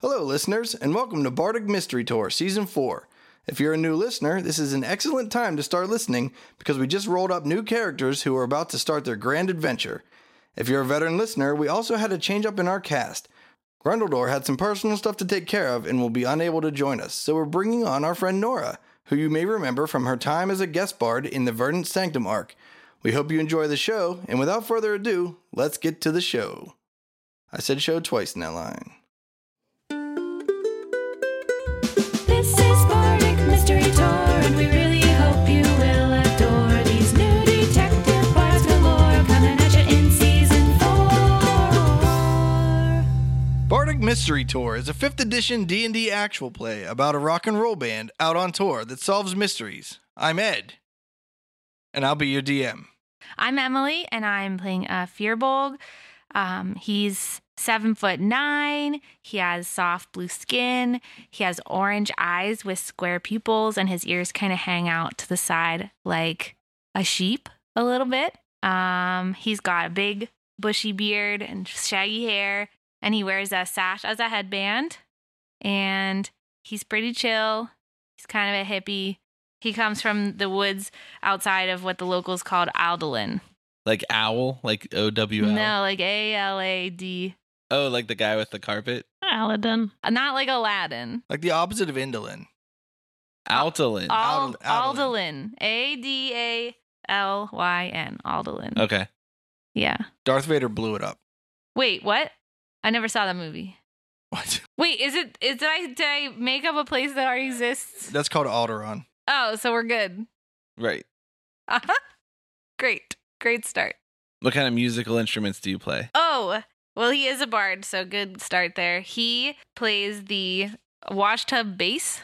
Hello, listeners, and welcome to Bardic Mystery Tour Season 4. If you're a new listener, this is an excellent time to start listening because we just rolled up new characters who are about to start their grand adventure. If you're a veteran listener, we also had a change up in our cast. Grundledor had some personal stuff to take care of and will be unable to join us, so we're bringing on our friend Nora, who you may remember from her time as a guest bard in the Verdant Sanctum arc. We hope you enjoy the show, and without further ado, let's get to the show. I said show twice in that line. This is Bardic Mystery Tour, and we really hope you will adore these new detective bards galore coming at you in season four. Bardic Mystery Tour is a 5th edition D&D actual play about a rock and roll band out on tour that solves mysteries. I'm Ed, and I'll be your DM. I'm Emily, and I'm playing a Fearbolg. Um, he's seven foot nine. He has soft blue skin. He has orange eyes with square pupils, and his ears kind of hang out to the side like a sheep a little bit. Um, he's got a big bushy beard and shaggy hair, and he wears a sash as a headband. And he's pretty chill. He's kind of a hippie. He comes from the woods outside of what the locals called Aldolin. Like owl, like O W L. No, like A L A D. Uh, Oh, like the guy with the carpet. Aladdin. Not like Aladdin. Like the opposite of indolent. Uh, Altalin. Ald- Ald- Aldolin. A D A L Y N. Aldolin. okay. Yeah. Darth Vader blew it up. Wait, what? I never saw that movie. What? Wait, is it is did I did I make up a place that already exists? That's called Alderaan. Oh, so we're good. Right. Uh-huh. Great. Great start. What kind of musical instruments do you play? Oh, well, he is a bard, so good start there. He plays the washtub bass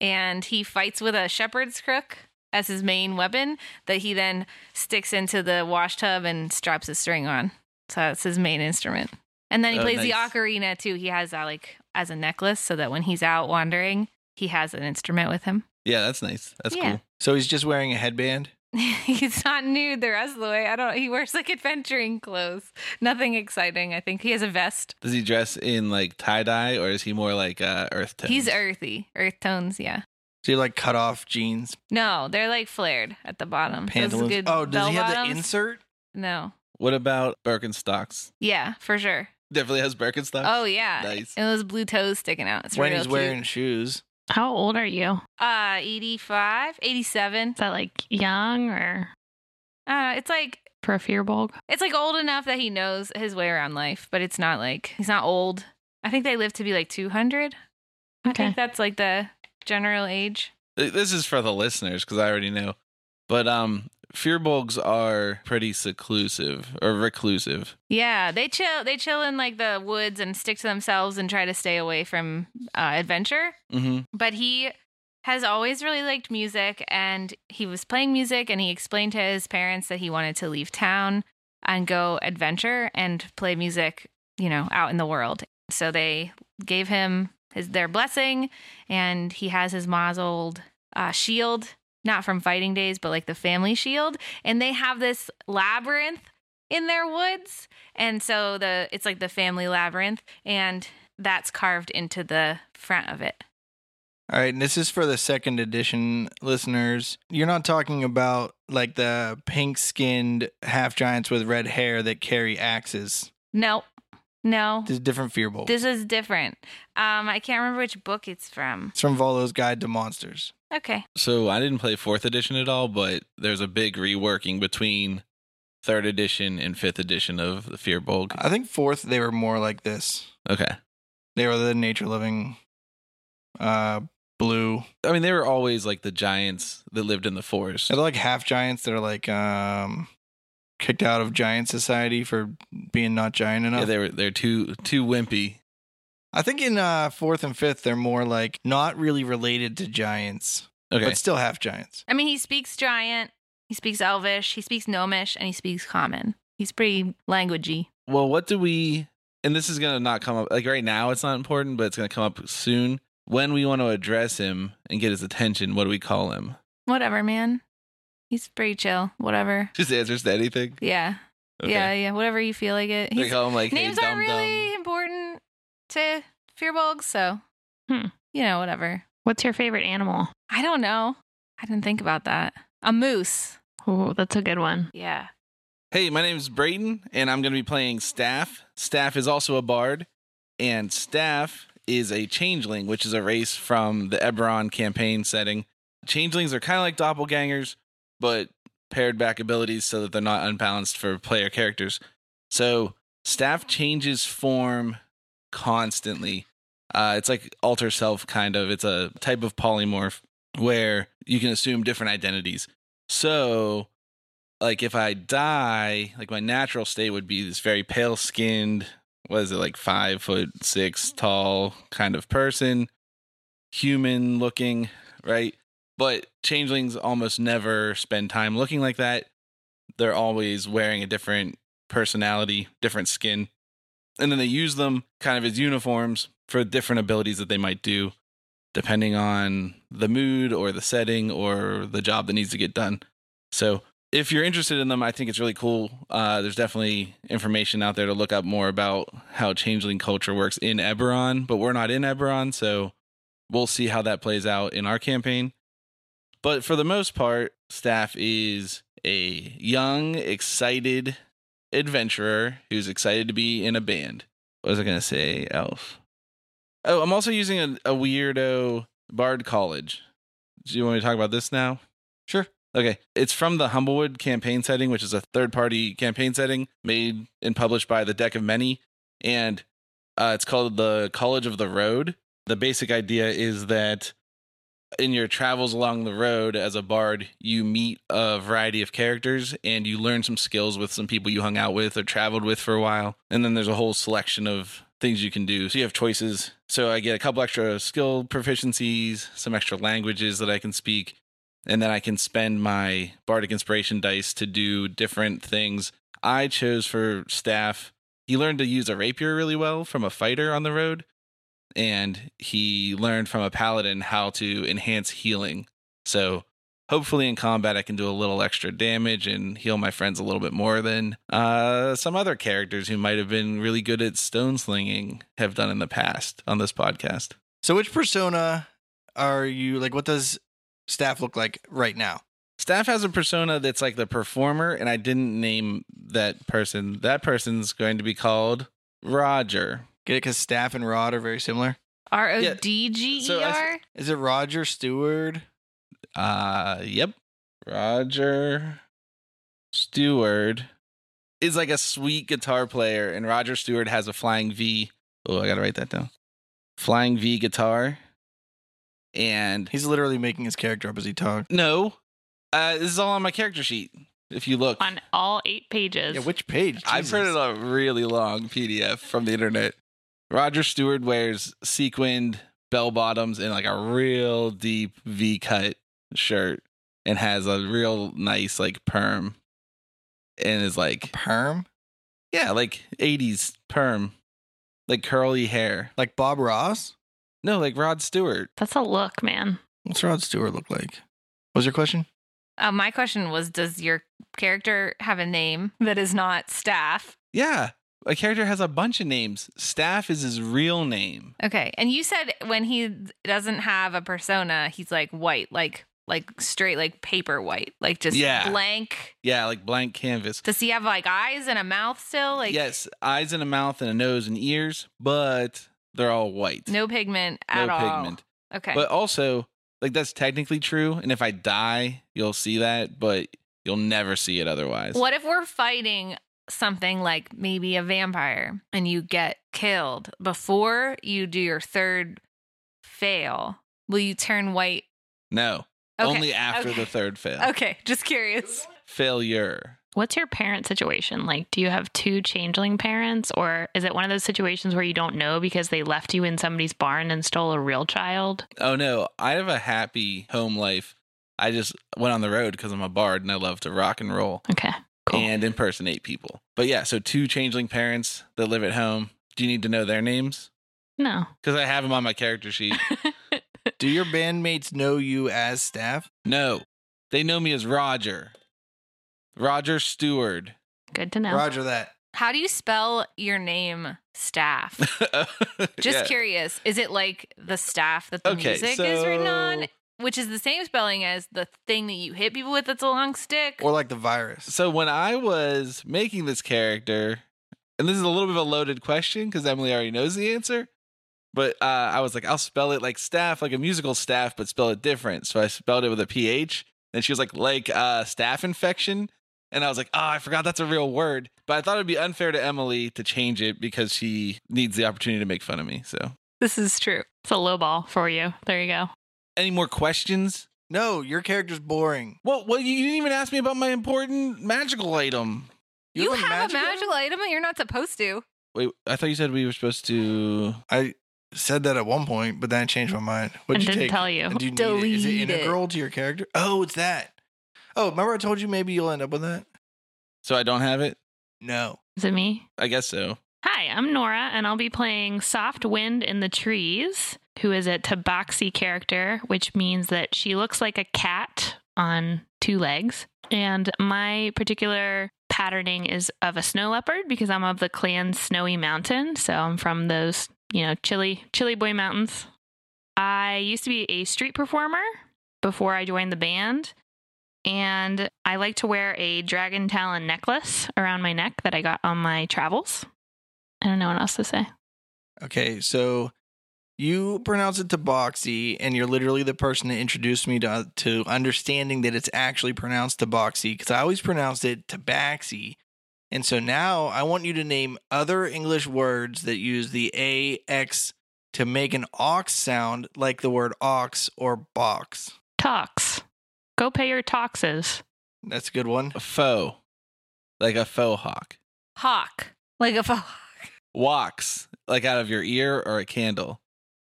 and he fights with a shepherd's crook as his main weapon that he then sticks into the washtub and straps a string on. So that's his main instrument. And then he Oh, plays nice. the ocarina too. He has that like as a necklace so that when he's out wandering, he has an instrument with him. Yeah, that's nice. That's Yeah. cool. So he's just wearing a headband. he's not nude the rest of the way. I don't he wears like adventuring clothes. Nothing exciting. I think he has a vest Does he dress in like tie dye or is he more like uh, earth tones? He's earthy. Earth tones, yeah. So you like cut off jeans, No, they're like flared at the bottom. Those pantaloons. good oh, does he have bell-bottoms. the insert? No. What about Birkenstocks? Yeah, for sure. Definitely has Birkenstocks. Oh yeah. nice. And those blue toes sticking out. It's when real he's cute. wearing shoes. How old are you? uh 85, 87. Is that like young or Uh it's like for a fear bulg? it's like old enough that he knows his way around life, but it's not like he's not old. I think they live to be like 200. I Okay. think that's like the general age. Th- This is for the listeners because I already know. But um, fearbolgs are pretty seclusive or reclusive. Yeah, they chill they chill in like the woods and stick to themselves and try to stay away from uh, adventure. Mm-hmm. but he has always really liked music and he was playing music and he explained to his parents that he wanted to leave town and go adventure and play music, you know, out in the world. So they gave him his their blessing and he has his ma's old uh, shield, not from fighting days, but like the family shield. And they have this labyrinth in their woods. And so the it's like the family labyrinth and that's carved into the front of it. All right, and this is for the second edition listeners. You're not talking about like the pink skinned half giants with red hair that carry axes. No, no, There's different fear bolts. this is different. Um, I can't remember which book it's from. It's from Volo's Guide to Monsters. Okay, So I didn't play fourth edition at all, but there's a big reworking between third edition and fifth edition of the Fearbolg. I think fourth, they were more like this. Okay. They were the nature living, uh, blue. I mean, they were always like the giants that lived in the forest. They're like half giants that are like um, kicked out of giant society for being not giant enough. Yeah, they were they're too too wimpy. I think in uh, fourth and fifth, they're more like not really related to giants, Okay. but still half giants. I mean he speaks giant, he speaks Elvish, he speaks Gnomish, and he speaks Common. He's pretty languagey. well, what do we? And this is gonna not come up like right now. It's not important, but it's gonna come up soon. When we want to address him and get his attention, what do we call him? Whatever, man. He's pretty chill. Whatever. Just answers to anything. Yeah, yeah, yeah. Whatever you feel like it. We He's, call him like hey, names aren't dumb, dumb. really important to Fearbolg, so Hmm. you know, whatever. What's your favorite animal? I don't know. I didn't think about that. A moose. Oh, that's a good one. Yeah. Hey, my name's Brayden, and I'm going to be playing Staff. Staff is also a bard, and Staff is a changeling, which is a race from the Eberron campaign setting. Changelings are kind of like doppelgangers, but paired back abilities so that they're not unbalanced for player characters. So, Staff changes form constantly. Uh, it's like alter self, kind of. It's a type of polymorph where you can assume different identities. So, like if I die, like my natural state would be this very pale skinned, what is it, like five foot six tall kind of person, human looking, right? But changelings almost never spend time looking like that. They're always wearing a different personality, different skin. And then they use them kind of as uniforms for different abilities that they might do, depending on the mood or the setting or the job that needs to get done. So if you're interested in them, I think it's really cool. Uh, there's definitely information out there to look up more about how changeling culture works in Eberron, but we're not in Eberron, so we'll see how that plays out in our campaign. But for the most part, staff is a young, excited adventurer who's excited to be in a band. What was I going to say, Elf? Oh, I'm also using a, a weirdo Bard College. Do you want me to talk about this now? Sure. Okay. It's from the Humblewood campaign setting, which is a third party campaign setting made and published by the Deck of Many. And uh, it's called the College of the Road. The basic idea is that in your travels along the road as a bard, you meet a variety of characters and you learn some skills with some people you hung out with or traveled with for a while. And then there's a whole selection of things you can do. So you have choices. So I get a couple extra skill proficiencies, some extra languages that I can speak, and then I can spend my bardic inspiration dice to do different things. I chose for staff. He learned to use a rapier really well from a fighter on the road, and he learned from a paladin how to enhance healing. So hopefully in combat I can do a little extra damage and heal my friends a little bit more than uh, some other characters who might have been really good at stone slinging have done in the past on this podcast. So which persona are you like what does staff look like right now? Staff has a persona that's like the performer, and I didn't name that person. That person's going to be called Roger. Get it cuz staff and Rod are very similar. R O D G So E I R. Is it Roger Stewart? Uh, yep. Roger Stewart is like a sweet guitar player, and Roger Stewart has a flying V. Oh, I gotta write that down. Flying V guitar. And He's literally making his character up as he talks. no, uh, this is all on my character sheet. If you look, On all eight pages. Yeah, which page? I've heard it Jesus. on a really long PDF from the internet. Roger Stewart wears sequined bell bottoms and like a real deep V cut shirt and has a real nice like perm and is like, perm yeah, like 80s perm, like curly hair. like Bob Ross. No, like Rod Stewart. That's a look, man. What's Rod Stewart look like? What was your question? Uh, my question was Does your character have a name that is not staff? Yeah. A character has a bunch of names. Staff is his real name. Okay. And you said when he doesn't have a persona, he's like white, like like straight, like paper white, like just Yeah. blank. Yeah, like blank canvas. Does he have like eyes and a mouth still? Like yes, eyes and a mouth and a nose and ears, but they're all white. no pigment at no all. pigment. Okay. But also, like that's technically true. And if I die, you'll see that, but you'll never see it otherwise. What if we're fighting something like maybe a vampire and you get killed before you do your third fail? Will you turn white? No. Okay. Only after okay. the third fail. Okay, just curious. Failure. What's your parent situation? Like, do you have two changeling parents, or is it one of those situations where you don't know because they left you in somebody's barn and stole a real child? Oh no, I have a happy home life. I just went on the road because I'm a bard and I love to rock and roll Okay, cool. and impersonate people. But yeah, so two changeling parents that live at home. Do you need to know their names? no. Because I have them on my character sheet. Do your bandmates know you as staff? no, they know me as Roger. Roger Stewart. Good to know. Roger that. How do you spell your name, Staff? Just Yeah. curious. Is it like the staff that the Okay, music is written on, so- which is the same spelling as the thing that you hit people with that's a long stick? Or like the virus. So when I was making this character, and this is a little bit of a loaded question because Emily already knows the answer, but uh, I was like, I'll spell it like staff, like a musical staff, but spell it different. So I spelled it with a ph. And she was like, like uh, staff infection. And I was like, oh, I forgot that's a real word. But I thought it'd be unfair to Emily to change it because she needs the opportunity to make fun of me. So, This is true. It's a low ball for you. There you go. any more questions? No, your character's boring. Well, well, you didn't even ask me about my important magical item. you have, a magical item that you're not supposed to. Wait, I thought you said we were supposed to. I said that at one point, but then I changed my mind. What and did you didn't take? tell you. And do you need it? Is it Delete it. integral to your character? Oh, it's that. Oh, remember I told you maybe you'll end up with that? So I don't have it? No. Is it me? I guess so. Hi, I'm Nora, and I'll be playing Soft Wind in the Trees, who is a Tabaxi character, which means that she looks like a cat on two legs. And my particular patterning is of a snow leopard because I'm of the clan Snowy Mountain. So I'm from those, you know, chilly, chilly boy mountains. I used to be a street performer before I joined the band. And I like to wear a dragon talon necklace around my neck that I got on my travels. I don't know what else to say. Okay, so you pronounce it Tabaxi, and you're literally the person that introduced me to, uh, to understanding that it's actually pronounced Tabaxi because I always pronounced it Tabaxi. And so now I want you to name other English words that use the AX to make an ox sound, like the word ox or box. Talks. Go pay your taxes. That's a good one. A faux. Like a faux hawk. Hawk. Like a fo- Walks. Like out of your ear or a candle.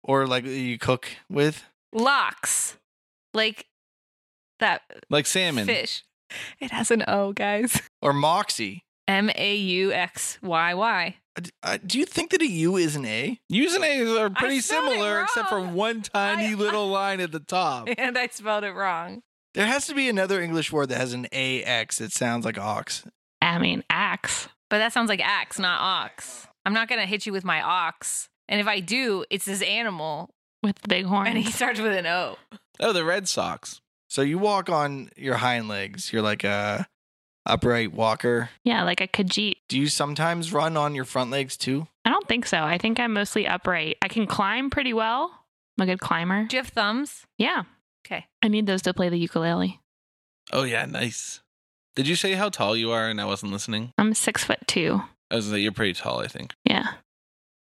Or like you cook with. locks. Like that Like salmon. fish. It has an O, guys. Or moxie. M A U X Y Y. Uh, d- uh, Do you think that a U is an A? U's and A's are pretty spelled it similar except for wrong. one tiny I- little line at the top. And I spelled it wrong. There has to be another English word that has an AX that sounds like ox. I mean, axe. But that sounds like axe, not ox. I'm not going to hit you with my ox. And if I do, it's this animal With the big horn. and he starts with an O. Oh, the Red Sox. So you walk on your hind legs. You're like a upright walker. yeah, like a Khajiit. Do you sometimes run on your front legs too? I don't think so. I think I'm mostly upright. I can climb pretty well. I'm a good climber. Do you have thumbs? Yeah. Okay. I need those to play the ukulele. Oh, yeah, nice. Did you say how tall you are and I wasn't listening? I'm six foot two. I was like, you're pretty tall, I think. Yeah.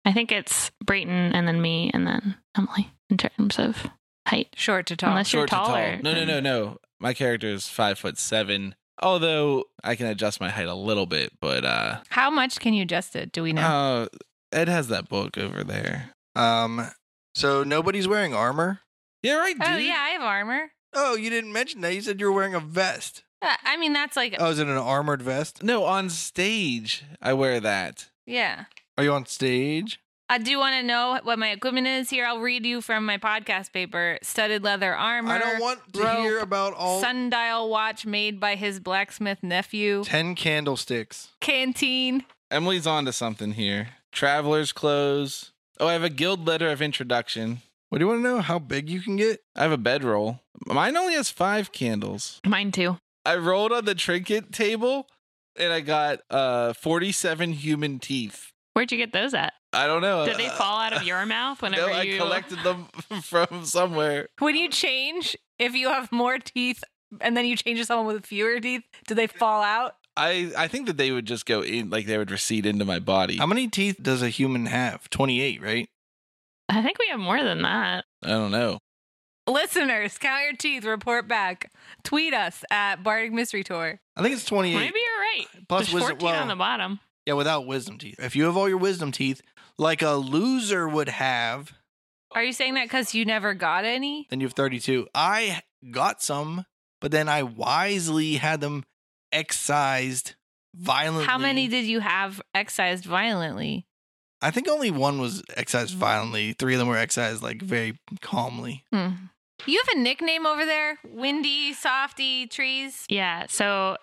I think it's Brayton and then me and then Emily in terms of height. Short to tall. Unless- You're to taller No, no, no, than- no. My character is five foot seven. Although I can adjust my height a little bit, but uh, How much can you adjust it? Do we know? uh Ed has that book over there. Um, so nobody's wearing armor. Yeah, right, dude. oh, yeah, I have armor. Oh, you didn't mention that. You said you were wearing a vest. Uh, I mean, that's like, Oh, is it an armored vest? No, on stage, I wear that. yeah. Are you on stage? I do want to know what my equipment is here. I'll read you from my podcast paper studded leather armor. I don't want oh. to rope, hear about all Sundial watch made by his blacksmith nephew. ten candlesticks. Canteen. Emily's on to something here. Traveler's clothes. Oh, I have a guild letter of introduction. What do you want to know? How big you can get? I have a bedroll. Mine only has five candles. Mine too. I rolled on the trinket table and I got uh 47 human teeth. Where'd you get those at? I don't know. Did they Uh, fall out of your mouth whenever no, you I collected them from somewhere. When you change, if you have more teeth and then you change to someone with fewer teeth, do they fall out? I I think that they would just go in like they would recede into my body. How many teeth does a human have? Twenty-eight, right? I think we have more than that. I don't know. Listeners, count your teeth, report back. Tweet us at Bardic Mystery Tour. I think it's twenty-eight. Maybe you're right. Plus There's wisdom- 14 well- on the bottom. Yeah, without wisdom teeth. If you have all your wisdom teeth, like a loser would have, Are you saying that because you never got any? then you have 32. I got some, but then I wisely had them excised violently. How many did you have excised violently? I think only one was excised Mm. violently. Three of them were excised like very calmly. Hmm. You have a nickname over there, Windy, Softy, Trees. Yeah. So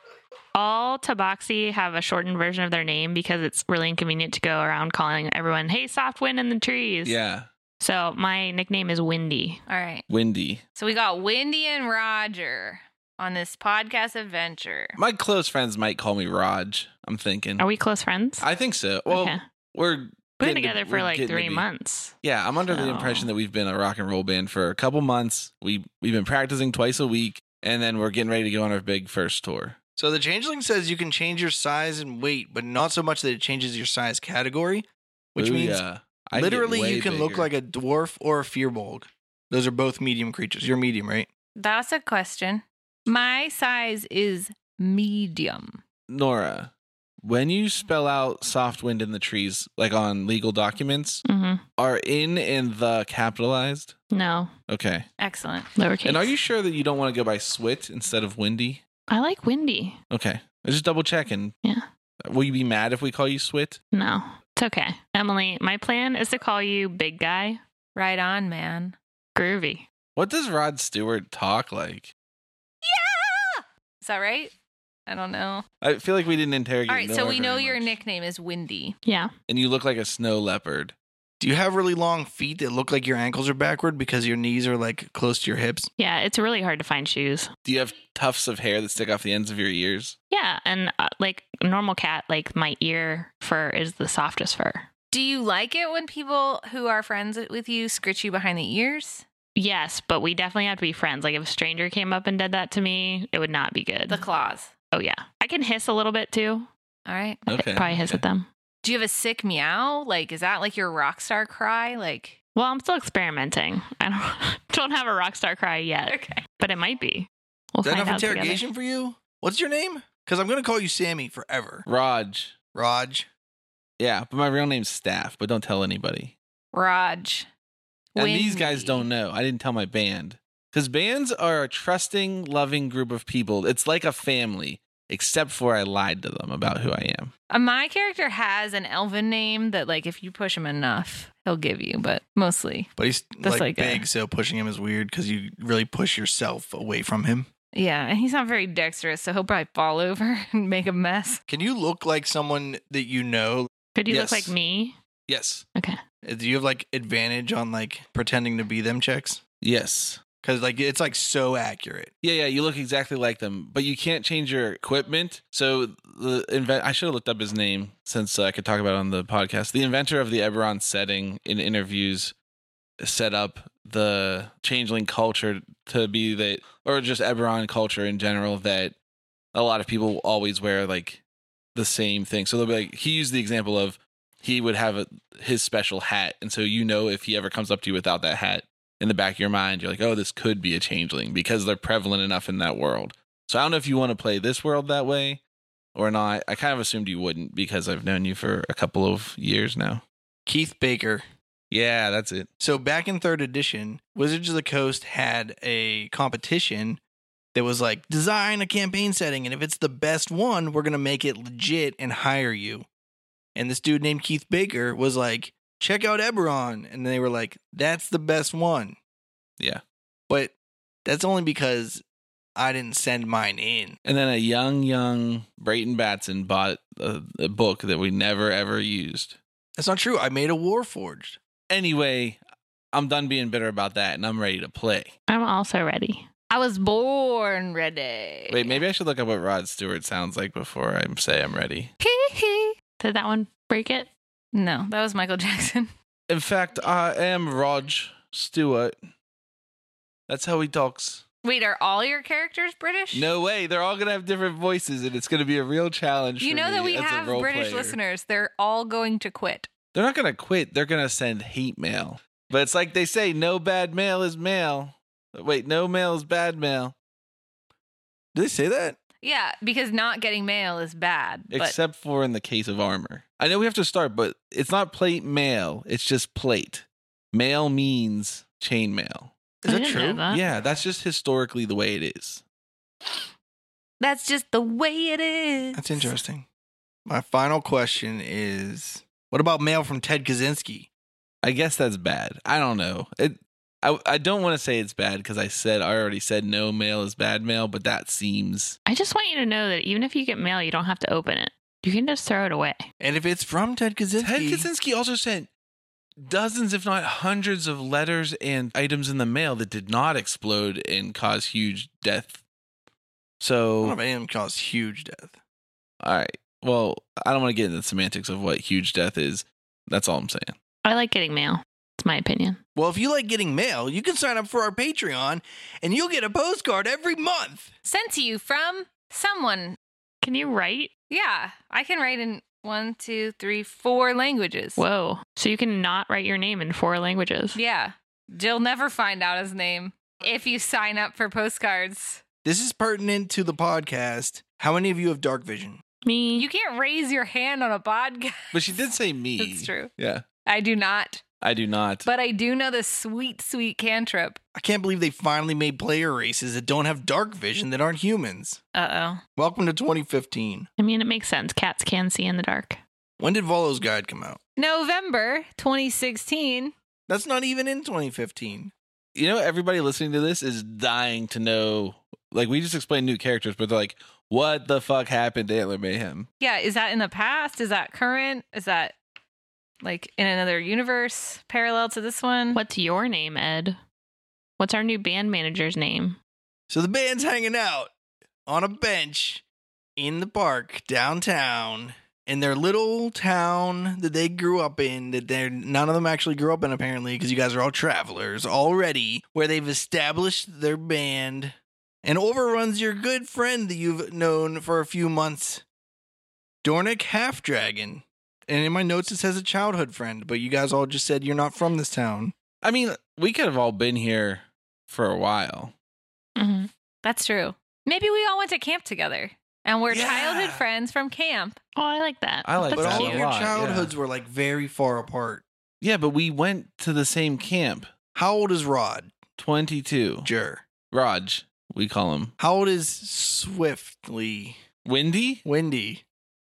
All Tabaxi have a shortened version of their name because it's really inconvenient to go around calling everyone, hey, soft wind in the trees. Yeah. So my nickname is Windy. All right. Windy. So we got Wendy and Roger on this podcast adventure. My close friends might call me Raj, I'm thinking. Are we close friends? I think so. Well, okay. we're We've getting been together we're for like getting to three be- months. Yeah, I'm under the So- impression that we've been a rock and roll band for a couple months. We we've been practicing twice a week, and then we're getting ready to go on our big first tour. So the changeling says you can change your size and weight, but not so much that it changes your size category, which means Booyah. I get literally way you can look bigger. like a dwarf or a fearbolg. Those are both medium creatures. You're medium, right? That's a question. My size is medium. Nora. When you spell out "soft wind in the trees" like on legal documents, hmm are in and the capitalized? No, Okay. Excellent. lowercase. And are you sure that you don't want to go by Swit instead of Windy? I like Windy. Okay. I just double checking. Yeah. Will you be mad if we call you Swit? No, it's okay. Emily, my plan is to call you Big Guy. Right on, man. Groovy. What does Rod Stewart talk like? Is that right? I don't know. I feel like we didn't interrogate. All right, so Nora we know very your much. nickname is Windy. Yeah. and you look like a snow leopard. Do you have really long feet that look like your ankles are backward because your knees are like close to your hips? Yeah, it's really hard to find shoes. Do you have tufts of hair that stick off the ends of your ears? Yeah, and uh, like normal cat, like my ear fur is the softest fur. Do you like it when people who are friends with you scritch you behind the ears? Yes, but we definitely have to be friends. Like if a stranger came up and did that to me, it would not be good. Mm-hmm. The claws. oh yeah, I can hiss a little bit too. All right. I Okay, could probably hiss okay. at them. Do you have a sick meow? Like, is that like your rock star cry? Like, Well, I'm still experimenting. I don't don't have a rock star cry yet. Okay, but it might be. We'll Is that find enough out together. interrogation for you? What's your name? Because I'm going to call you Sammy forever. Raj. Raj. Yeah, but my real name's Staff, but don't tell anybody. Raj. And these Windy. guys don't know. I didn't tell my band. Because bands are a trusting, loving group of people. It's like a family, except for I lied to them about who I am. Uh, my character has an elven name that, like, if you push him enough, he'll give you, but mostly. But he's That's like, like a- big, so pushing him is weird because you really push yourself away from him. Yeah, and he's not very dexterous, so he'll probably fall over and make a mess. Can you look like someone that you know? Uh, Could you Yes. look like me? Yes. Okay. Do you have like advantage on like pretending to be them checks? Yes. Because like it's like so accurate. Yeah, yeah, you look exactly like them, but you can't change your equipment. So the invent I should have looked up his name since uh, I could talk about it on the podcast. The inventor of the Eberron setting in interviews set up the changeling culture to be that or just Eberron culture in general that a lot of people always wear like the same thing. So they'll be like he used the example of he would have a, his special hat and so you know if he ever comes up to you without that hat in the back of your mind, you're like, oh, this could be a changeling because they're prevalent enough in that world. So I don't know if you want to play this world that way or not. I kind of assumed you wouldn't because I've known you for a couple of years now. Keith Baker. Yeah, that's it. So back in third edition, Wizards of the Coast had a competition that was like design a campaign setting, and if it's the best one, we're gonna make it legit and hire you. And this dude named Keith Baker was like, check out Eberron, and they were like, that's the best one. Yeah. but that's only because I didn't send mine in. And then a young, young Brayton Batson bought a, a book that we never, ever used. That's not true. I made a Warforged. Anyway, I'm done being bitter about that and I'm ready to play. I'm also ready. I was born ready. Wait, maybe I should look up what Rod Stewart sounds like before I say I'm ready. Did that one break it? No, that was Michael Jackson. In fact, I am Rod Stewart. That's how he talks. Wait, are all your characters British? No way. They're all going to have different voices, and it's going to be a real challenge. You for know me that we as a have role British player. listeners. They're all going to quit. They're not going to quit. They're going to send hate mail. But it's like they say no bad mail is mail. Wait, no mail is bad mail. Did they say that? Yeah, because not getting mail is bad. But Except for in the case of armor. I know we have to start, but it's not plate mail. It's just plate. Mail means chain mail. Is I that didn't know true? that. Yeah, that's just historically the way it is. that's just the way it is. That's interesting. My final question is what about mail from Ted Kaczynski? I guess that's bad. I don't know. It. I, I don't want to say it's bad because I said I already said no mail is bad mail, but that seems. I just want you to know that even if you get mail, you don't have to open it. You can just throw it away. And if it's from Ted Kaczynski, Ted Kaczynski also sent dozens, if not hundreds, of letters and items in the mail that did not explode and cause huge death. one So of them caused huge death. All right. Well, I don't want to get into the semantics of what huge death is. That's all I'm saying. I like getting mail. It's my opinion. Well, if you like getting mail, you can sign up for our Patreon, and you'll get a postcard every month. Sent to you from someone. Can you write? Yeah, I can write in one, two, three, four languages. Whoa. So you can not write your name in four languages. Yeah. Jill never find out his name if you sign up for postcards. This is pertinent to the podcast. How many of you have dark vision? Me. You can't raise your hand on a podcast. But she did say me. That's true. Yeah. I do not. I do not. But I do know the sweet, sweet cantrip. I can't believe they finally made player races that don't have dark vision that aren't humans. Uh oh. Welcome to 2015. I mean, it makes sense. Cats can see in the dark. Mm-hmm. When did Volo's Guide come out? November 2016. That's not even in 2015. you know, everybody listening to this is dying to know. Like, we just explained new characters, but they're like, what the fuck happened to Antler Mayhem? Yeah. Is that in the past? Is that current? Is that like in another universe parallel to this one? What's your name, Ed? What's our new band manager's name? So the band's hanging out on a bench in the park downtown in their little town that they grew up in that they're none of them actually grew up in apparently because you guys are all travelers already where they've established their band and overruns your good friend that you've known for a few months Dornick Half Dragon and in my notes it says a childhood friend but you guys all just said you're not from this town I mean, we could have all been here for a while. Mm-hmm. That's true. Maybe we all went to camp together and we're Yeah. childhood friends from camp. Oh, I like that. I like That's but all cute. of cute. your A lot, yeah. childhoods were like very far apart Yeah, but we went to the same camp. how old is Rod 22. Jur. Raj, we call him. How old is Swiftly? Wendy? Wendy.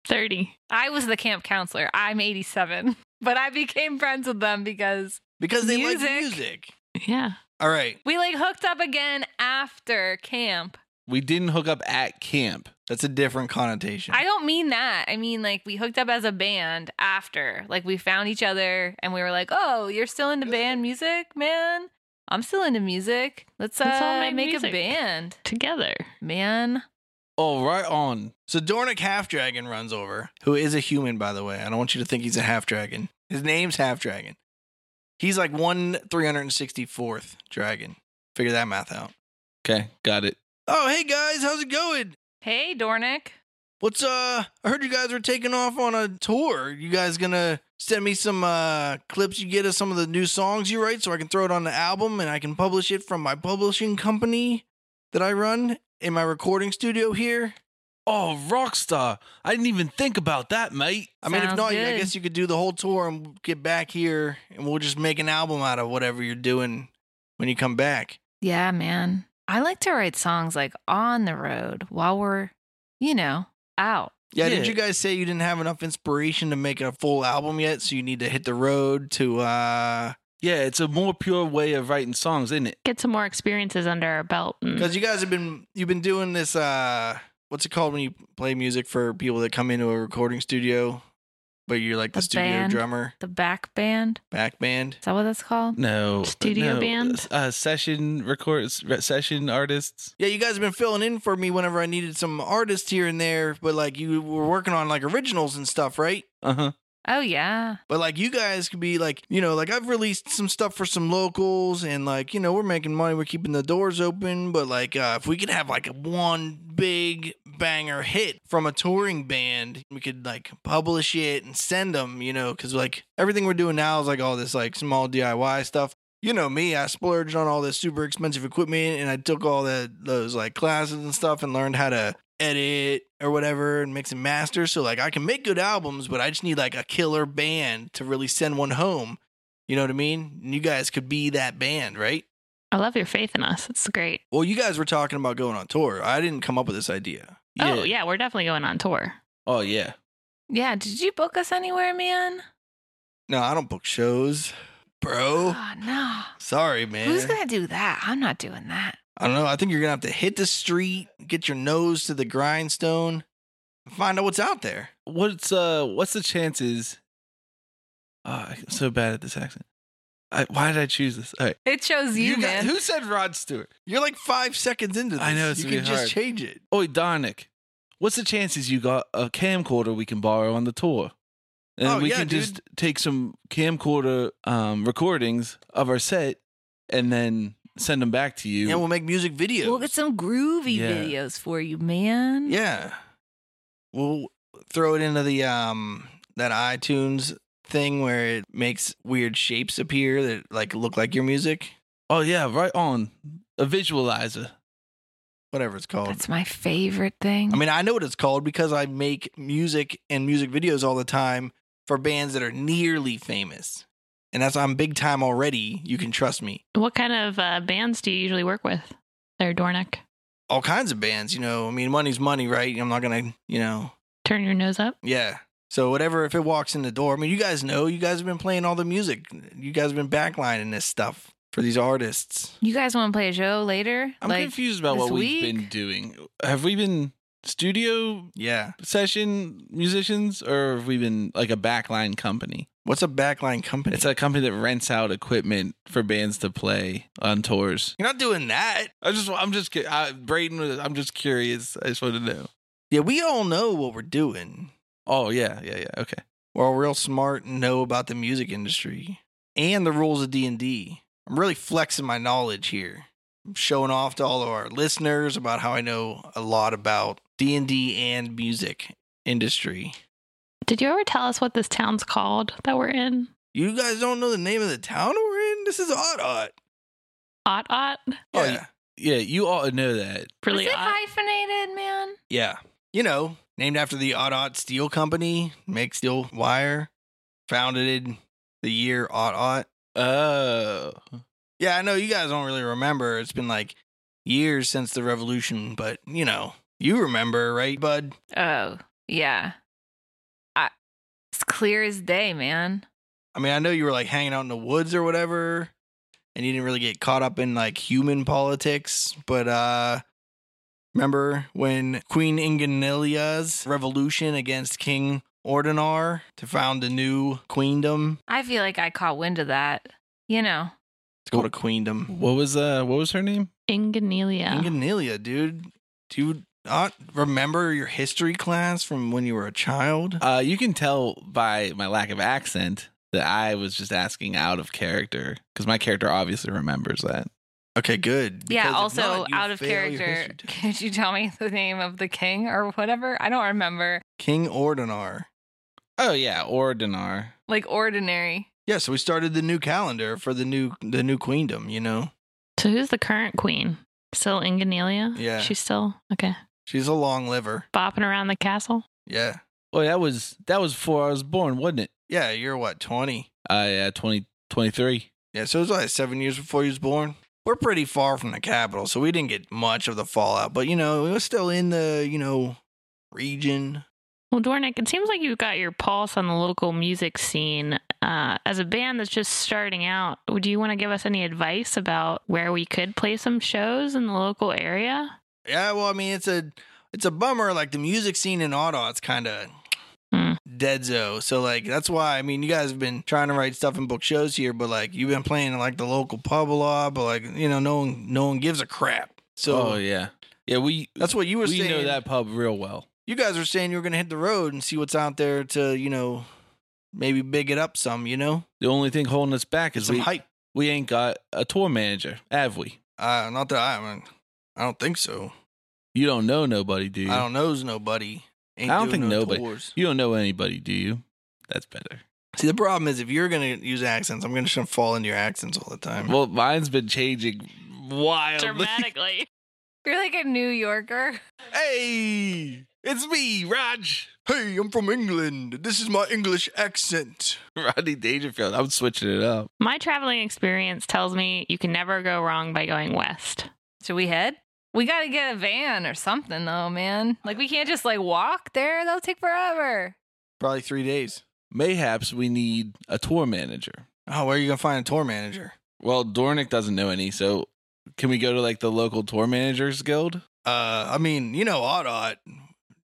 30. I was the camp counselor. I'm 87, but I became friends with them because Because they like Music. music. Yeah. All right. we like hooked up again after camp. We didn't hook up at camp. That's a different connotation. I don't mean that. I mean, like, we hooked up as a band after. Like, we found each other and we were like, oh, you're still into band music, man? I'm still into music. Let's, uh, Let's all make, make a music." band, Together. man. Oh, right on. so Dornick Half Dragon runs over, who is a human, by the way. I don't want you to think he's a half dragon. His name's Half Dragon. He's like one 364th dragon. Figure that math out. Okay, got it. Oh, hey guys, how's it going? Hey, Dornick. What's uh I heard you guys were taking off on a tour. You guys gonna send me some uh clips you get of some of the new songs you write so I can throw it on the album and I can publish it from my publishing company that I run in my recording studio here? Oh, Rockstar. I didn't even think about that, mate. I mean if Sounds not, I good. guess you could do the whole tour and get back here and we'll just make an album out of whatever you're doing when you come back. Yeah, man. I like to write songs like on the road while we're, you know, out. Yeah, Yeah. didn't you guys say you didn't have enough inspiration to make a full album yet, so you need to hit the road to uh Yeah, it's a more pure way of writing songs, isn't it? Get some more experiences under our belt. and- because you guys have been you've been doing this uh what's it called when you play music for people that come into a recording studio but you're like the, The studio band. drummer The back band. back band Is that what that's called? No. Studio no. band? Uh, session records, re- session artists. yeah you guys have been filling in for me whenever i needed some artists here and there but like you were working on like originals and stuff right Uh huh. Oh, yeah. but like you guys could be like you know like i've released some stuff for some locals and like you know we're making money we're keeping the doors open but like uh, if we could have like one big banger hit from a touring band we could like publish it and send them you know because like everything we're doing now is like all this like small diy stuff you know me, I splurged on all this super expensive equipment and I took all the those like classes and stuff and learned how to edit or whatever and mix and master. So like I can make good albums, but I just need like a killer band to really send one home. You know what I mean? And you guys could be that band, right? I love your faith in us. It's great. Well, you guys were talking about going on tour. I didn't come up with this idea. Oh, yeah. We're definitely going on tour. Oh, yeah. Yeah. Did you book us anywhere, man? No, I don't book shows, bro. Oh, no. Sorry, man. Eh. Who's gonna do that? I'm not doing that. I don't know. I think you're gonna have to hit the street, get your nose to the grindstone, and find out what's out there. What's uh what's the chances? Oh, I'm so bad at this accent. I, why did I choose this? All right. It shows you, got- man. who said Rod Stewart? You're like five seconds into this. I know, it's you gonna can be just hard. change it. Oi, Darnick, what's the chances you got a camcorder we can borrow on the tour? And Oh, we yeah, can dude. just take some camcorder um, recordings of our set and then send them back to you. Yeah, we'll make music videos. We'll get some groovy Yeah. videos for you, man. Yeah. We'll throw it into the um that iTunes thing where it makes weird shapes appear that like look like your music. oh, yeah, right on. A visualizer. Whatever it's called. That's my favorite thing. I mean, I know what it's called because I make music and music videos all the time for bands that are nearly famous. And as I'm big time already, you can trust me. What kind of uh, bands do you usually work with there, Dornick? All kinds of bands, you know. I mean, money's money, right? I'm not going to, you know, Turn your nose up. yeah. So, whatever, if it walks in the door, I mean, you guys know, you guys have been playing all the music. You guys have been backlining this stuff for these artists. you guys want to play a show later? I'm like, confused about what this we've been week? doing. Have we been studio Yeah. session musicians or have we been like a backline company? What's a backline company? It's a company that rents out equipment for bands to play on tours. You're not doing that. I just, I'm just, cu- I, Braden, was- I'm just curious. I just want to know. Yeah, we all know what we're doing. Oh yeah, yeah, yeah. Okay. We're all real smart and know about the music industry and the rules of D&D. I'm really flexing my knowledge here. I'm showing off to all of our listeners about how I know a lot about D&D and music industry. Did you ever tell us what this town's called that we're in? You guys don't know the name of the town we're in? This is odd odd. Ot Ot? Oh, yeah. you- Yeah, you ought to know that. Really Is it odd. hyphenated, man? Yeah. You know, named after the Odd Odd Steel Company, make steel wire, founded in the year Odd Odd. Oh, Yeah, I know you guys don't really remember. It's been like years since the revolution, but you know, you remember, right, bud? Oh, yeah. I, it's clear as day, man. I mean, I know you were like hanging out in the woods or whatever, and you didn't really get caught up in like human politics, but uh remember when Queen Inganilia's revolution against King Ordinar to found a new queendom? I feel like I caught wind of that. You know, It's called a queendom. what was uh, what was her name? Inganilia. Ingenilia, dude. Do you not remember your history class from when you were a child? Uh, you can tell by my lack of accent that I was just asking out of character because my character obviously remembers that. Okay, good. yeah. Because if Also, not, you out of fail your character, history test. could you tell me the name of the king or whatever? I don't remember. King Ordinar. Oh yeah, or Dinar. Like ordinary. Yeah, so we started the new calendar for the new the new queendom. You know, So who's the current queen? Still Inganilia? Yeah. She's still okay. she's a long liver. Bopping around the castle. Yeah, Oh, that was that was before I was born, wasn't it? yeah. You're what twenty? Uh, yeah, twenty twenty three. Yeah, so it was like seven years before he was born. We're pretty far from the capital, so we didn't get much of the fallout. But you know, we were still in the you know region. Well, Dornick, it seems like you've got your pulse on the local music scene. Uh, as a band that's just starting out, would you want to give us any advice about where we could play some shows in the local area? Yeah, well, I mean, it's a it's a bummer. Like the music scene in Ottawa's kind of Hmm. deadzo. So like that's why I mean, you guys have been trying to write stuff and book shows here, but like you've been playing in like the local pub a lot, but like you know, no one no one gives a crap. So oh yeah, yeah. We that's what you were we saying. know that pub real well. You guys were saying you were gonna hit the road and see what's out there to you know maybe big it up some. You know, The only thing holding us back is some we hype. we ain't got a tour manager, have we? Uh, not that I, I mean, I don't think so. You don't know nobody, do you? I don't knows nobody. Ain't I don't doing think no nobody- tours. You don't know anybody, do you? That's better. See, the problem is if you're going to use accents, I'm going to just gonna fall into your accents all the time. Well, mine's been changing wildly. Dramatically. You're like a New Yorker. Hey, it's me, Raj. hey, I'm from England. This is my English accent. Rodney Dangerfield. I'm switching it up. My traveling experience tells me you can never go wrong by going west. Should we head? We got to get a van or something, though, man. Like, we can't just like walk there. That'll take forever. Probably three days. Mayhaps we need a tour manager. Oh, where are you going to find a tour manager? Well, Dornick doesn't know any, so can we go to like the local tour managers guild? Uh, I mean, you know, Oddot,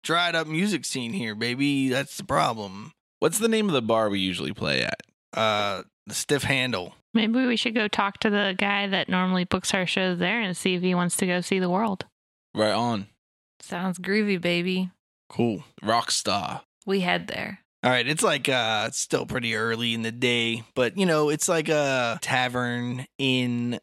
dried up music scene here, baby. That's the problem. What's the name of the bar we usually play at? Uh, the stiff handle. Maybe we should go talk to the guy that normally books our shows there and see if he wants to go see the world. Right on. Sounds groovy, baby. Cool. Rockstar. We head there. All right, it's like uh it's still pretty early in the day, but you know, it's like a tavern inn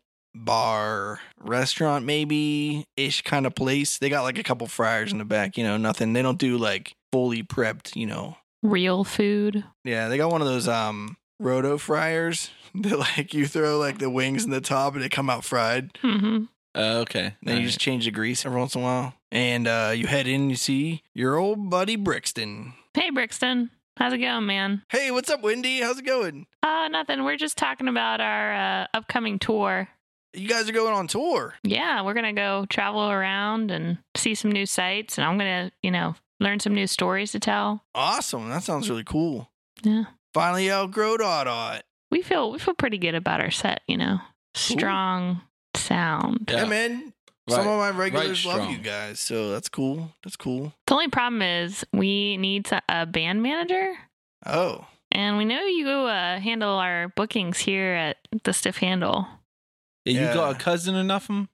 bar restaurant maybe ish kind of place. They got like a couple fryers in the back, you know, nothing. They don't do like fully prepped, you know. Real food. Yeah, they got one of those um roto fryers that like you throw like the wings in the top and they come out fried. hmm Uh, okay. Then you Alright. just change the grease every once in a while. And uh, you head in, you see your old buddy Brixton. Hey, Brixton. How's it going, man? Hey, what's up, Wendy? How's it going? Oh, nothing. We're just talking about our uh, upcoming tour. You guys are going on tour. Yeah, we're going to go travel around and see some new sights, and I'm going to, you know, learn some new stories to tell. Awesome. That sounds really cool. Yeah. Finally outgrow Dot Dot. We feel we feel pretty good about our set, you know. Strong sound. Yeah, Yeah. man. Right. Some of my regulars Right love strong. you guys, so that's cool. That's cool. The only problem is we need to- a band manager. Oh, And we know you uh, handle our bookings here at the Stiff Handle. Yeah, You got Yeah. a cousin enough them?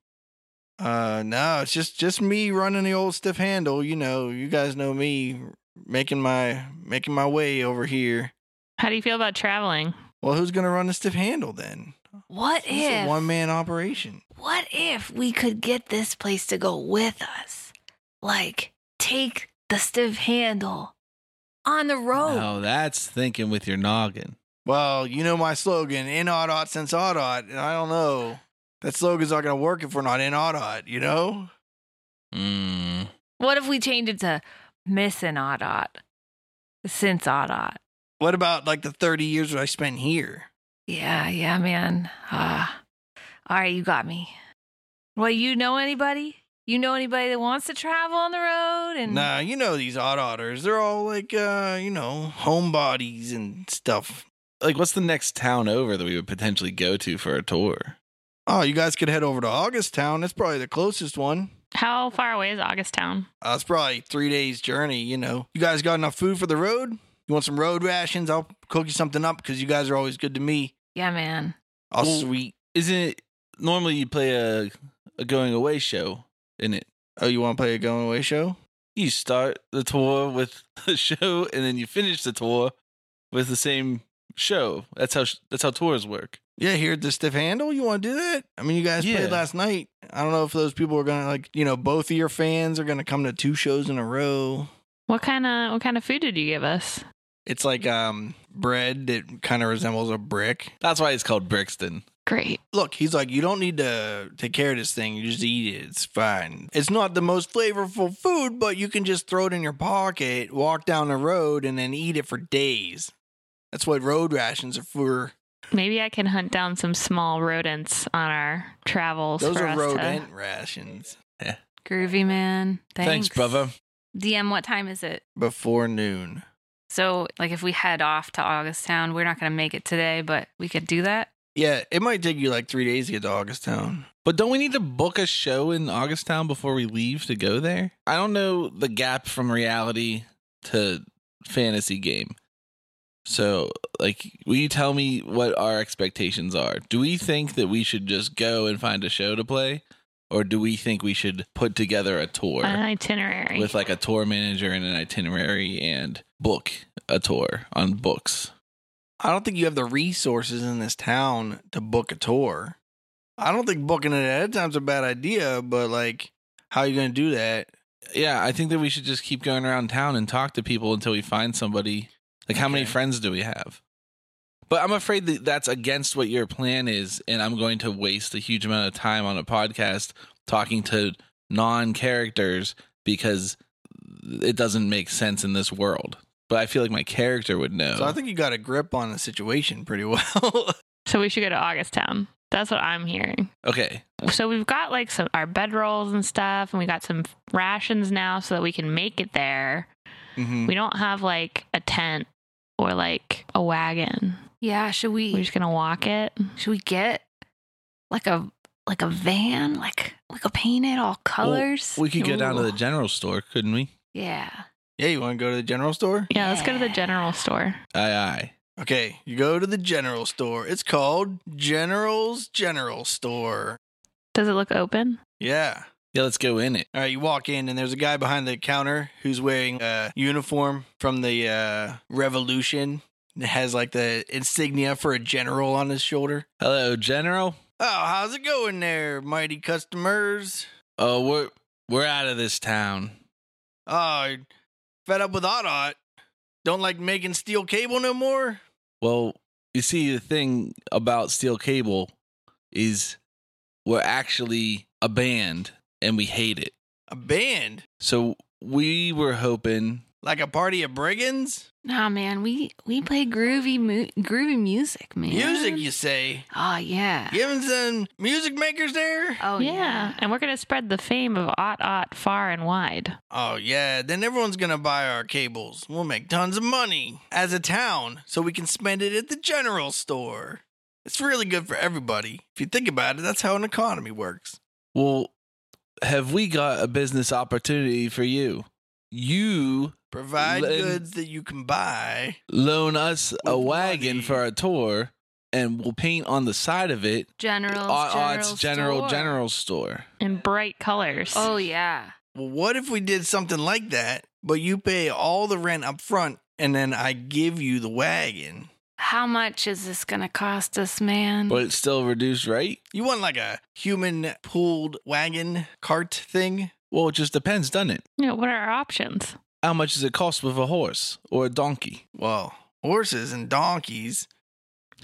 uh, no, it's just just me running the old stiff handle. You know, you guys know me making my making my way over here. How do you feel about traveling? Well, who's gonna run the stiff handle then? What It's if? a one man operation. what if we could get this place to go with us? Like, take the stiff handle on the road. No, that's thinking with your noggin. Well, you know my slogan, in Audot since Audot, and I don't know. That slogan's not gonna work if we're not in Audot, you know? Mm. What if we change it to missing Oddot? Since Oddot. What about like the thirty years that I spent here? Yeah, yeah, man. Ah. all right, you got me. Well, you know anybody? You know anybody that wants to travel on the road? And Nah, you know these Audotters. They're all like uh, you know, homebodies and stuff. Like, what's the next town over that we would potentially go to for a tour? Oh, you guys could head over to Augusttown. That's probably the closest one. How far away is Augusttown? Uh, it's probably three days journey, you know. You guys got enough food for the road? You want some road rations? I'll cook you something up because you guys are always good to me. yeah, man. Oh, Well- sweet. Isn't it normally you play a, a going away show in it? Oh, you want to play a going away show? You start the tour with a show and then you finish the tour with the same show. That's how sh- that's how tours work. Yeah, here at the stiff handle, you want to do that? I mean, you guys Yeah. played last night. I don't know if those people are gonna like, you know, both of your fans are gonna come to two shows in a row. What kind of what kind of food did you give us? It's like um bread that kind of resembles a brick. That's why it's called Brixton. Great. Look, he's like, you don't need to take care of this thing. You just eat it. It's fine. It's not the most flavorful food, but you can just throw it in your pocket, walk down the road, and then eat it for days. That's what road rations are for. Maybe I can hunt down some small rodents on our travels. Those for are us rodent rations. Groovy, man. Thanks. Thanks, brother. DM, what time is it? Before noon. So, like, if we head off to Augusttown, we're not going to make it today, but we could do that. Yeah, it might take you like three days to get to Augusttown. But don't we need to book a show in Augusttown before we leave to go there? I don't know the gap from reality to fantasy game. So, like, will you tell me what our expectations are? Do we think that we should just go and find a show to play? Or do we think we should put together a tour To an itinerary. with like a tour manager and an itinerary and book a tour on books? I don't think you have the resources in this town to book a tour. I don't think booking it ahead of time's a bad idea, but like, how are you going to do that? Yeah, I think that we should just keep going around town and talk to people until we find somebody. Like, how many Okay. friends do we have? But I'm afraid that that's against what your plan is, and I'm going to waste a huge amount of time on a podcast talking to non characters because it doesn't make sense in this world. But I feel like my character would know. So I think you got a grip on the situation pretty well. so we should go to Augusttown. That's what I'm hearing. okay, So we've got like some our bedrolls and stuff, and we got some rations now so that we can make it there. mm-hmm. We don't have like a tent or like a wagon. Yeah, should We're we? just gonna walk it. Should we get like a like a van, like we could paint it all colors. We could go down to Ooh. the general store, couldn't we? yeah. Yeah, you want to go to the general store? Yeah, let's go to the Yeah. general store. Aye, aye. Okay, you go to the general store. It's called General's General Store. Does it look open? Yeah. Yeah, let's go in it. All right, you walk in, and there's a guy behind the counter who's wearing a uniform from the uh, Revolution. It has like the insignia for a general on his shoulder. Hello, general. Oh, how's it going there, mighty customers? Oh, we're we're out of this town. Oh, fed up with Autot? Don't like making steel cable no more? Well, you see, the thing about steel cable is we're actually a band and we hate it. A band? So we were hoping. Like a party of brigands? Nah, man, we we play groovy mu- groovy music, man. Music, you say? Oh yeah. You having some music makers there? Oh yeah. And we're going to spread the fame of Ot Ot far and wide. Oh, yeah, then everyone's gonna buy our cables. We'll make tons of money as a town so we can spend it at the general store. It's really good for everybody. If you think about it, that's how an economy works. Well, have we got a business opportunity for you? You Provide Len- goods that you can buy. loan us a With wagon money. for a tour, and we'll paint on the side of it. General. Ott's Oh, General General Store. In bright colors. Oh yeah. Well, what if we did something like that, but you pay all the rent up front and then I give you the wagon? How much is this gonna cost us, man? But it's still reduced, right? You want like a human pulled wagon cart thing? Well, it just depends, doesn't it? You know, what are our options? How much does it cost with a horse or a donkey? Well, horses and donkeys.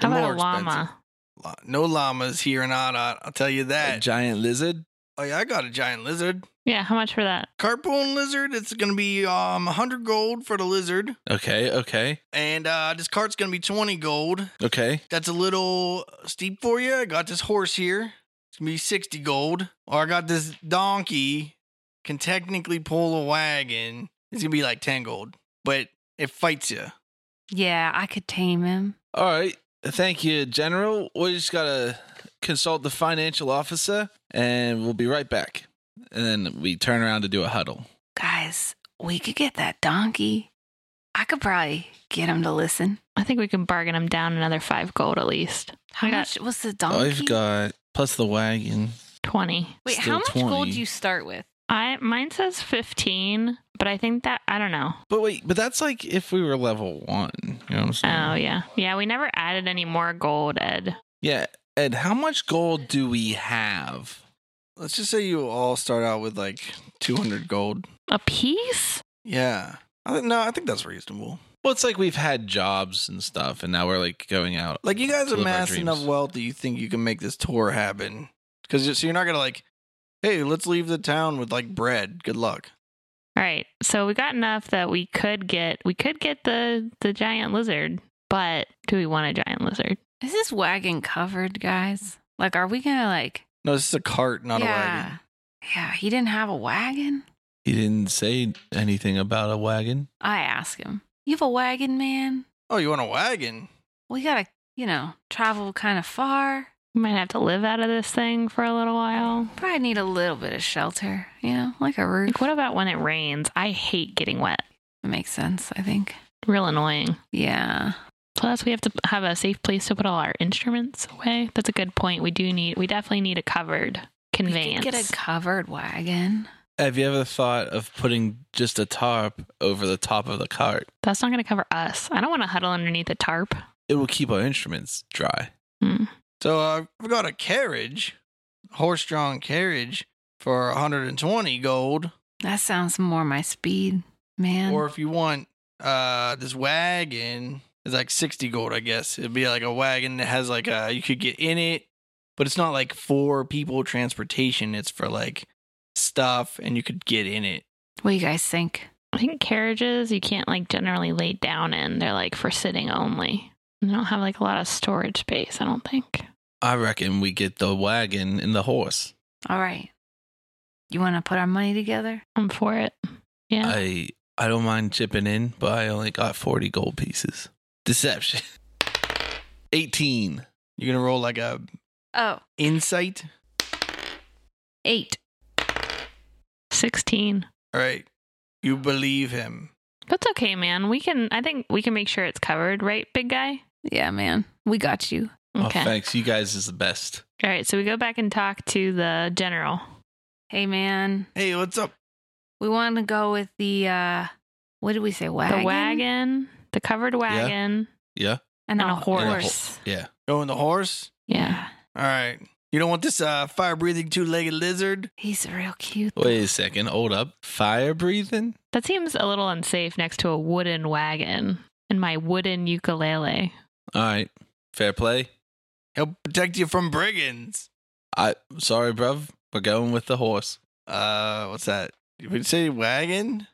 How are about more a expensive. llama? Lla- No llamas here in Oddot, I'll tell you A that. giant lizard? Oh yeah, I got a giant lizard. Yeah, how much for that? Carpoon lizard, it's gonna be um hundred gold for the lizard. Okay, okay, And uh this cart's gonna be twenty gold. okay. That's a little uh, steep for you. I got this horse here. It's gonna be sixty gold. Or I got this donkey. Can technically pull a wagon. It's gonna be like ten gold. But it fights you. yeah, I could tame him. All right. Thank you, General. We just gotta consult the financial officer, and we'll be right back. And then we turn around to do a huddle. Guys, we could get that donkey. I could probably get him to listen. I think we can bargain them down another five gold at least. How I got- much was the donkey? I've Oh, got plus the wagon. 20. Wait, still how much gold 20. do you start with? I mine says 15, but I think that I don't know. But wait, but that's like if we were level one. You know what I'm saying? Oh yeah. Yeah, we never added any more gold, Ed. Yeah, Ed, how much gold do we have? Let's just say you all start out with like two hundred gold. A piece? Yeah. I th- no, I think that's reasonable. Well, it's like we've had jobs and stuff, and now we're like going out. Like you guys to are live our mass enough dreams. wealth that you think you can make this tour happen. Because so you're not gonna like, hey, let's leave the town with like bread. Good luck. All right. So we got enough that we could get we could get the the giant lizard, but do we want a giant lizard? Is this wagon covered, guys? Like, are we gonna like? No, this is a cart, not yeah, a wagon. yeah. He didn't have a wagon. He didn't say anything about a wagon. I ask him. You have a wagon, man. Oh, you want a wagon? We gotta, you know, travel kind of far. We might have to live out of this thing for a little while. Probably need a little bit of shelter. You know, like a roof. Like, what about when it rains? I hate getting wet. It makes sense, I think. Real annoying. Yeah. Plus, we have to have a safe place to put all our instruments away. That's a good point. We do need, we definitely need a covered conveyance. We could get a covered wagon. Have you ever thought of putting just a tarp over the top of the cart? That's not going to cover us. I don't want to huddle underneath a tarp. It will keep our instruments dry. Hmm. So uh, I've got a carriage, horse-drawn carriage for 120 gold. That sounds more my speed, man. Or if you want uh this wagon, it's like 60 gold, I guess. It'd be like a wagon that has like a you could get in it, but it's not like for people transportation. It's for like stuff, and you could get in it. what do you guys think? I think carriages you can't like generally lay down in. They're like for sitting only. They don't have like a lot of storage space. I don't think. I reckon we get the wagon and the horse. All right. You want to put our money together? I'm for it. Yeah. I I don't mind chipping in, but I only got 40 gold pieces. Deception. 18. You're gonna roll like a Oh, Insight. eight. 16. All right. You believe him. That's okay, man. We can, I think we can make sure it's covered, right, big guy? Yeah, man. We got you. Okay. Oh, thanks. You guys is the best. All right. So we go back and talk to the general. Hey, man. Hey, what's up? We want to go with the, uh, what did we say? Wagon? The wagon, the covered wagon, Yeah. And, and a a horse. horse. Yeah. Going the horse? Yeah. All right. You don't want this uh, fire breathing two legged lizard? He's real cute. Wait a second. Hold up. Fire breathing? That seems a little unsafe next to a wooden wagon and my wooden ukulele. All right. Fair play. He'll protect you from brigands. I sorry, bruv. We're going with the horse. Uh, what's that? You would say wagon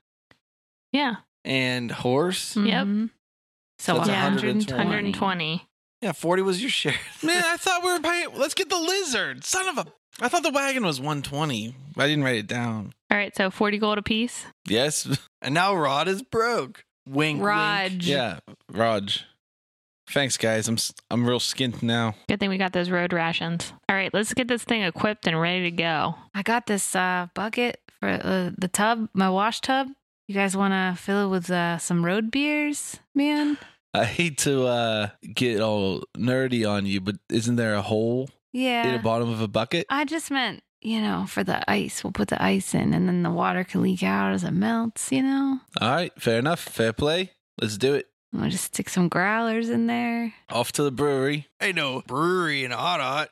Yeah. and horse? Yep. Mhm. So, That's Yeah. 120. 120. Yeah, 40 was your share. Man, I thought we were paying. Let's get the lizard. Son of a. I thought the wagon was 120. I didn't write it down. All right. So 40 gold apiece. Yes. And now Rod is broke. Wink. Raj. Wink. Yeah, Raj. Thanks, guys. I'm s- I'm real skint now. Good thing we got those road rations. All right. Let's get this thing equipped and ready to go. I got this uh, bucket for uh, the tub, my wash tub. You guys want to fill it with uh, some road beers, man? I hate to uh, get all nerdy on you, but isn't there a hole in the Yeah. bottom of a bucket? I just meant, you know, for the ice, we'll put the ice in and then the water can leak out as it melts, you know? all right, fair enough. Fair play. Let's do it. i will just stick some growlers in there. Off to the brewery. Hey, no brewery in a hot hot.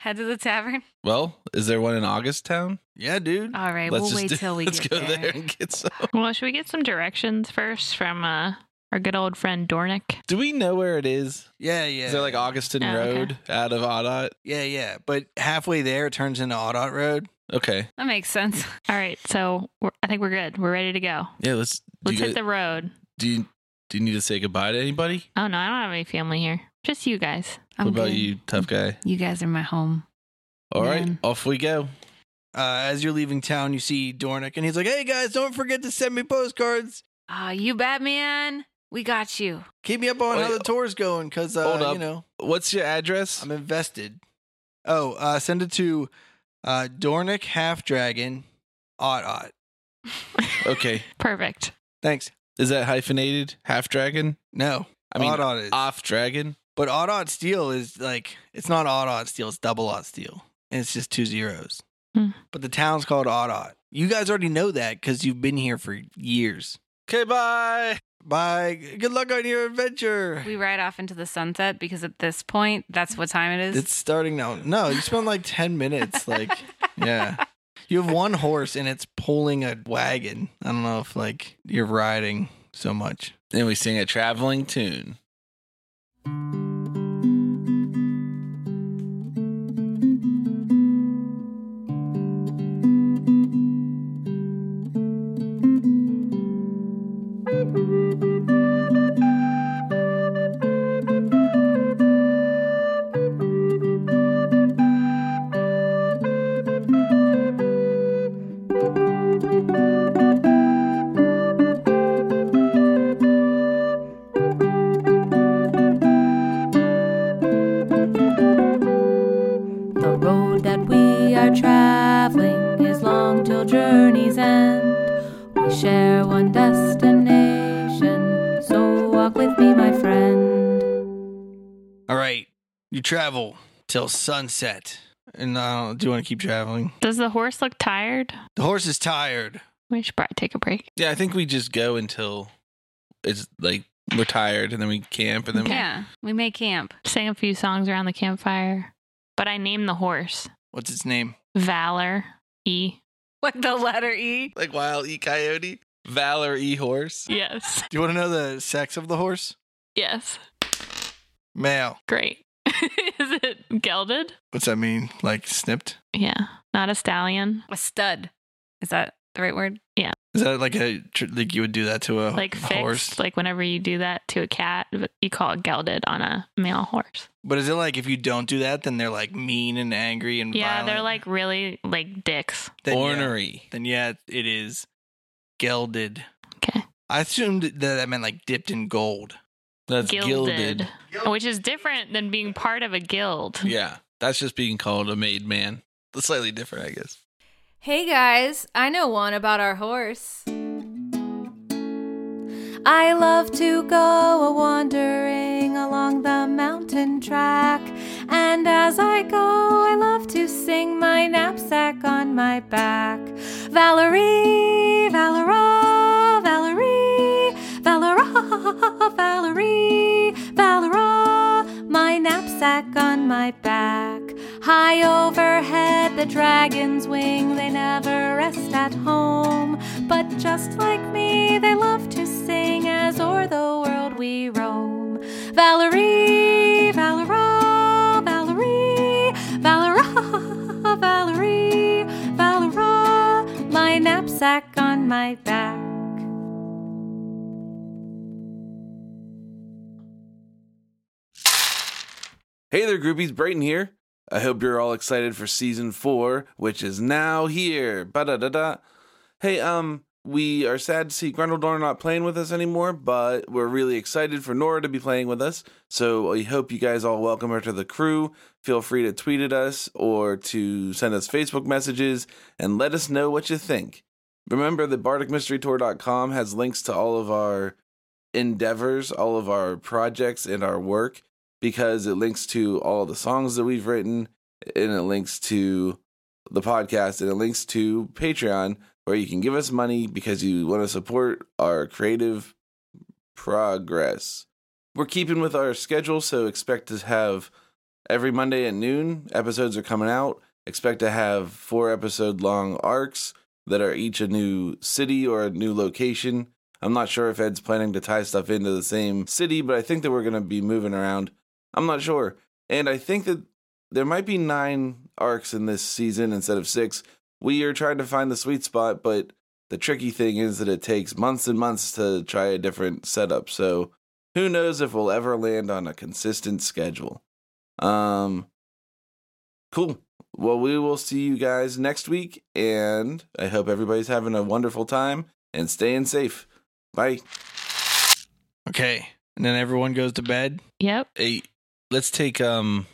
Head to the tavern. Well, is there one in August Town? Yeah, dude. All right, let's we'll wait do- till we let's get go there. and get some. Well, should we get some directions first from uh, our good old friend Dornick? Do we know where it is? Yeah, yeah. Is there like Augustin Oh, okay. Road out of Audot? Yeah, yeah. But halfway there, it turns into Audot Road. Okay. That makes sense. All right. So we're, I think we're good. We're ready to go. Yeah, let's. Do Let's you, hit guys- the road. do you do you need to say goodbye to anybody? Oh, no. I don't have any family here. Just you guys. I'm what about good. you, tough guy? You guys are my home. All right, Man. off we go. Uh, as you're leaving town, you see Dornick, and he's like, hey, guys, don't forget to send me postcards. Ah, you Batman. We got you. Keep me up on how Wait, the tour's going, because, hold uh, up. you know, What's your address? I'm invested. Oh, uh, send it to uh, Dornick Half Dragon, Audot. okay. Perfect. Thanks. Is that hyphenated? Half dragon? No, I mean, Audot is. off dragon? But odd odd steel is like it's not odd odd steel, it's double odd steel. And it's just two zeros. Hmm. But the town's called odd odd. You guys already know that because you've been here for years. Okay, bye. Bye. Good luck on your adventure. We ride off into the sunset because at this point, that's what time it is. It's starting now. No, you spent like 10 minutes. Like, yeah. You have one horse and it's pulling a wagon. I don't know if like you're riding so much. Then we sing a traveling tune. The road that we are traveling is long till journey's end. We share one destination, so walk with me, my friend. All right. You travel till sunset. And I don't, do you want to keep traveling? Does the horse look tired? The horse is tired. We should probably take a break. Yeah, I think we just go until it's like we're tired and then we camp and then yeah, we may camp. Sing a few songs around the campfire. But I named the horse What's its name? Valor E. What the letter E? like Wild E Coyote, Valor E Horse. Yes. Do you want to know the sex of the horse? Yes. Male. Great. Is it gelded? What's that mean? Like snipped? Yeah. Not a stallion. A stud. Is that the right word? Is that like a tr- like you would do that to a Like a fixed. horse? Like whenever you do that to a cat, you call it gelded on a male horse. But is it like if you don't do that, then they're like mean and angry and Yeah, violent? they're like really like dicks. then Yeah, Ornery. then yeah, it is gelded. Okay. I assumed that that meant like dipped in gold. That's gilded. Which is different than being part of a guild. Yeah. That's just being called a made man. That's slightly different, I guess. Hey guys, I know one about our horse. I love to go a wandering along the mountain track, and as I go, I love to sing my knapsack on my back. Valerie, Valera, Valerie, Valera, Valerie, Valera, my knapsack on my back. High overhead, the dragon's wing, they never rest at home. But just like me, they love to sing as o'er the world we roam. Valerie, Valera, Valerie, Valera, Valerie, Valera, my knapsack on my back. Hey there, groupies. Brayton here. I hope you're all excited for season four, which is now here. Ba da da da. Hey, um, we are sad to see Grundledor not playing with us anymore, but we're really excited for Nora to be playing with us. So we hope you guys all welcome her to the crew. Feel free to tweet at us or to send us Facebook messages and let us know what you think. Remember that bardicmysterytour.com has links to all of our endeavors, all of our projects, and our work because it links to all the songs that we've written and it links to the podcast and it links to Patreon where you can give us money because you want to support our creative progress. We're keeping with our schedule, so expect to have every Monday at noon episodes are coming out. Expect to have four episode long arcs that are each a new city or a new location. I'm not sure if Ed's planning to tie stuff into the same city, but I think that we're going to be moving around. I'm not sure. And I think that there might be nine arcs in this season instead of six. We are trying to find the sweet spot, but the tricky thing is that it takes months and months to try a different setup. So who knows if we'll ever land on a consistent schedule. Um, cool. Well, we will see you guys next week, and I hope everybody's having a wonderful time and staying safe. Bye. Okay. And then everyone goes to bed. Yep. Hey, let's take um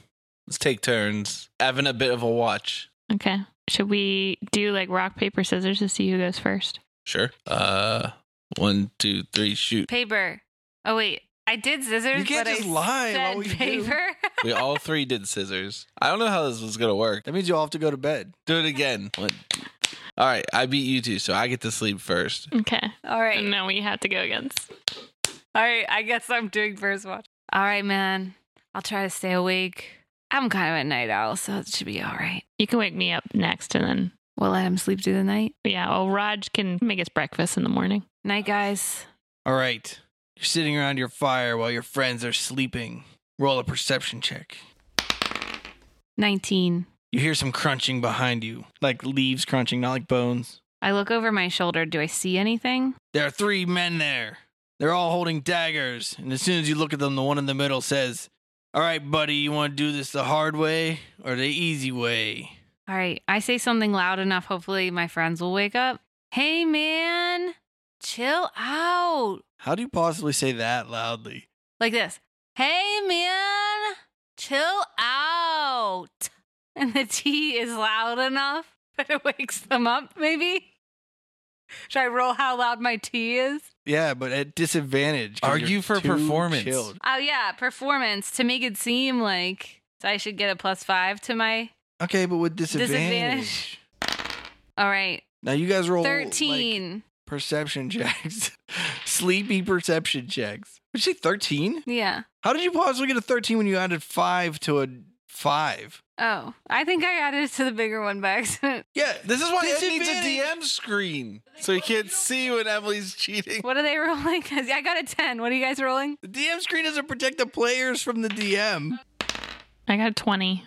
let's take turns having a bit of a watch. Okay. Should we do like rock, paper, scissors to see who goes first? Sure. Uh one, two, three, shoot. Paper. Oh wait, I did scissors. You can't but just I lie while Said we do. paper. We all three did scissors. I don't know how this was gonna work. That means you all have to go to bed. Do it again. One. All right, I beat you two, so I get to sleep first. Okay. All right. And now we have to go against. All right. I guess I'm doing first watch. All right, man. I'll try to stay awake. I'm kind of a night owl, so it should be all right. You can wake me up next and then, We'll let him sleep through the night. yeah, well, Raj can make us breakfast in the morning. Night, guys. All right. You're sitting around your fire while your friends are sleeping. Roll a perception check. 19. You hear some crunching behind you, like leaves crunching, not like bones. I look over my shoulder. Do I see anything? There are three men there. They're all holding daggers, and as soon as you look at them, the one in the middle says, All right, buddy, you want to do this the hard way or the easy way? All right. I say something loud enough. Hopefully, my friends will wake up. Hey, man. Chill out. How do you possibly say that loudly? like this Hey, man, chill out. And the T is loud enough that it wakes them up, maybe? Should I roll how loud my T is? Yeah, but at disadvantage. 'cause Are you're you for too performance? chilled. Oh, yeah, performance to make it seem like so I should get a plus five to my. Okay, but with disadvantage. Disadvantage. All right, Now you guys roll Oh, like, 13. perception checks, sleepy perception checks. Would you say thirteen? yeah. How did you possibly get a thirteen when you added five to a five? Oh, I think I added it to the bigger one by accident. Yeah, This is why Ed needs a Disadvantage. DM screen, so he can't see when Emily's cheating. What are they rolling? I got a 10. What are you guys rolling? The DM screen doesn't protect the players from the DM. I got 20.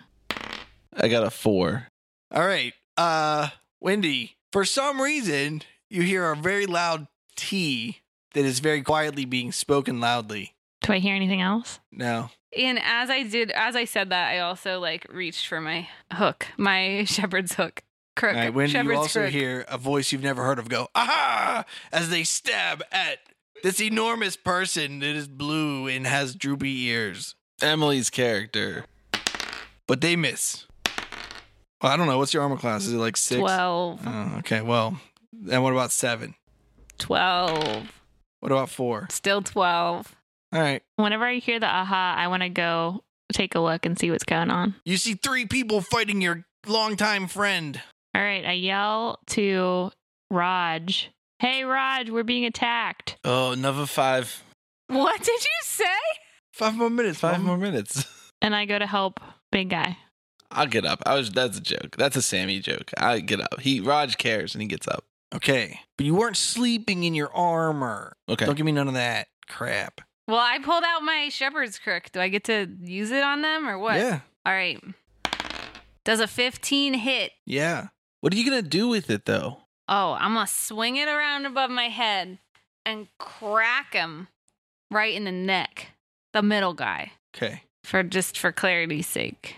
I got a four. All right, uh, Wendy. For some reason, you hear a very loud T that is very quietly being spoken loudly. Do I hear anything else? No, And as I did, as I said that, I also like reached for my hook, my shepherd's hook, crook. All right, Wendy, shepherd's you also crook. hear a voice you've never heard of go, aha, as they stab at this enormous person that is blue and has droopy ears. Emily's character. but they miss. Well, I don't know. What's your armor class? Is it like six? 12. Oh, okay. Well, and what about seven? 12. What about four? Still 12. All right. Whenever I hear the aha, I want to go take a look and see what's going on. You see three people fighting your longtime friend. All right, I yell to Raj. Hey, Raj, we're being attacked. Oh, another five. What did you say? Five more minutes. Five mom. more minutes. And I go to help Big Guy. I'll get up. I was that's a joke. That's a Sammy joke. I get up. He Raj cares and he gets up. Okay. But you weren't sleeping in your armor. Okay. Don't give me none of that crap. Well, I pulled out my shepherd's crook. Do I get to use it on them or what? Yeah. All right. Does a 15 hit? Yeah. What are you gonna do with it though? Oh, I'm going to swing it around above my head and crack him right in the neck. The middle guy. Okay. For just for clarity's sake.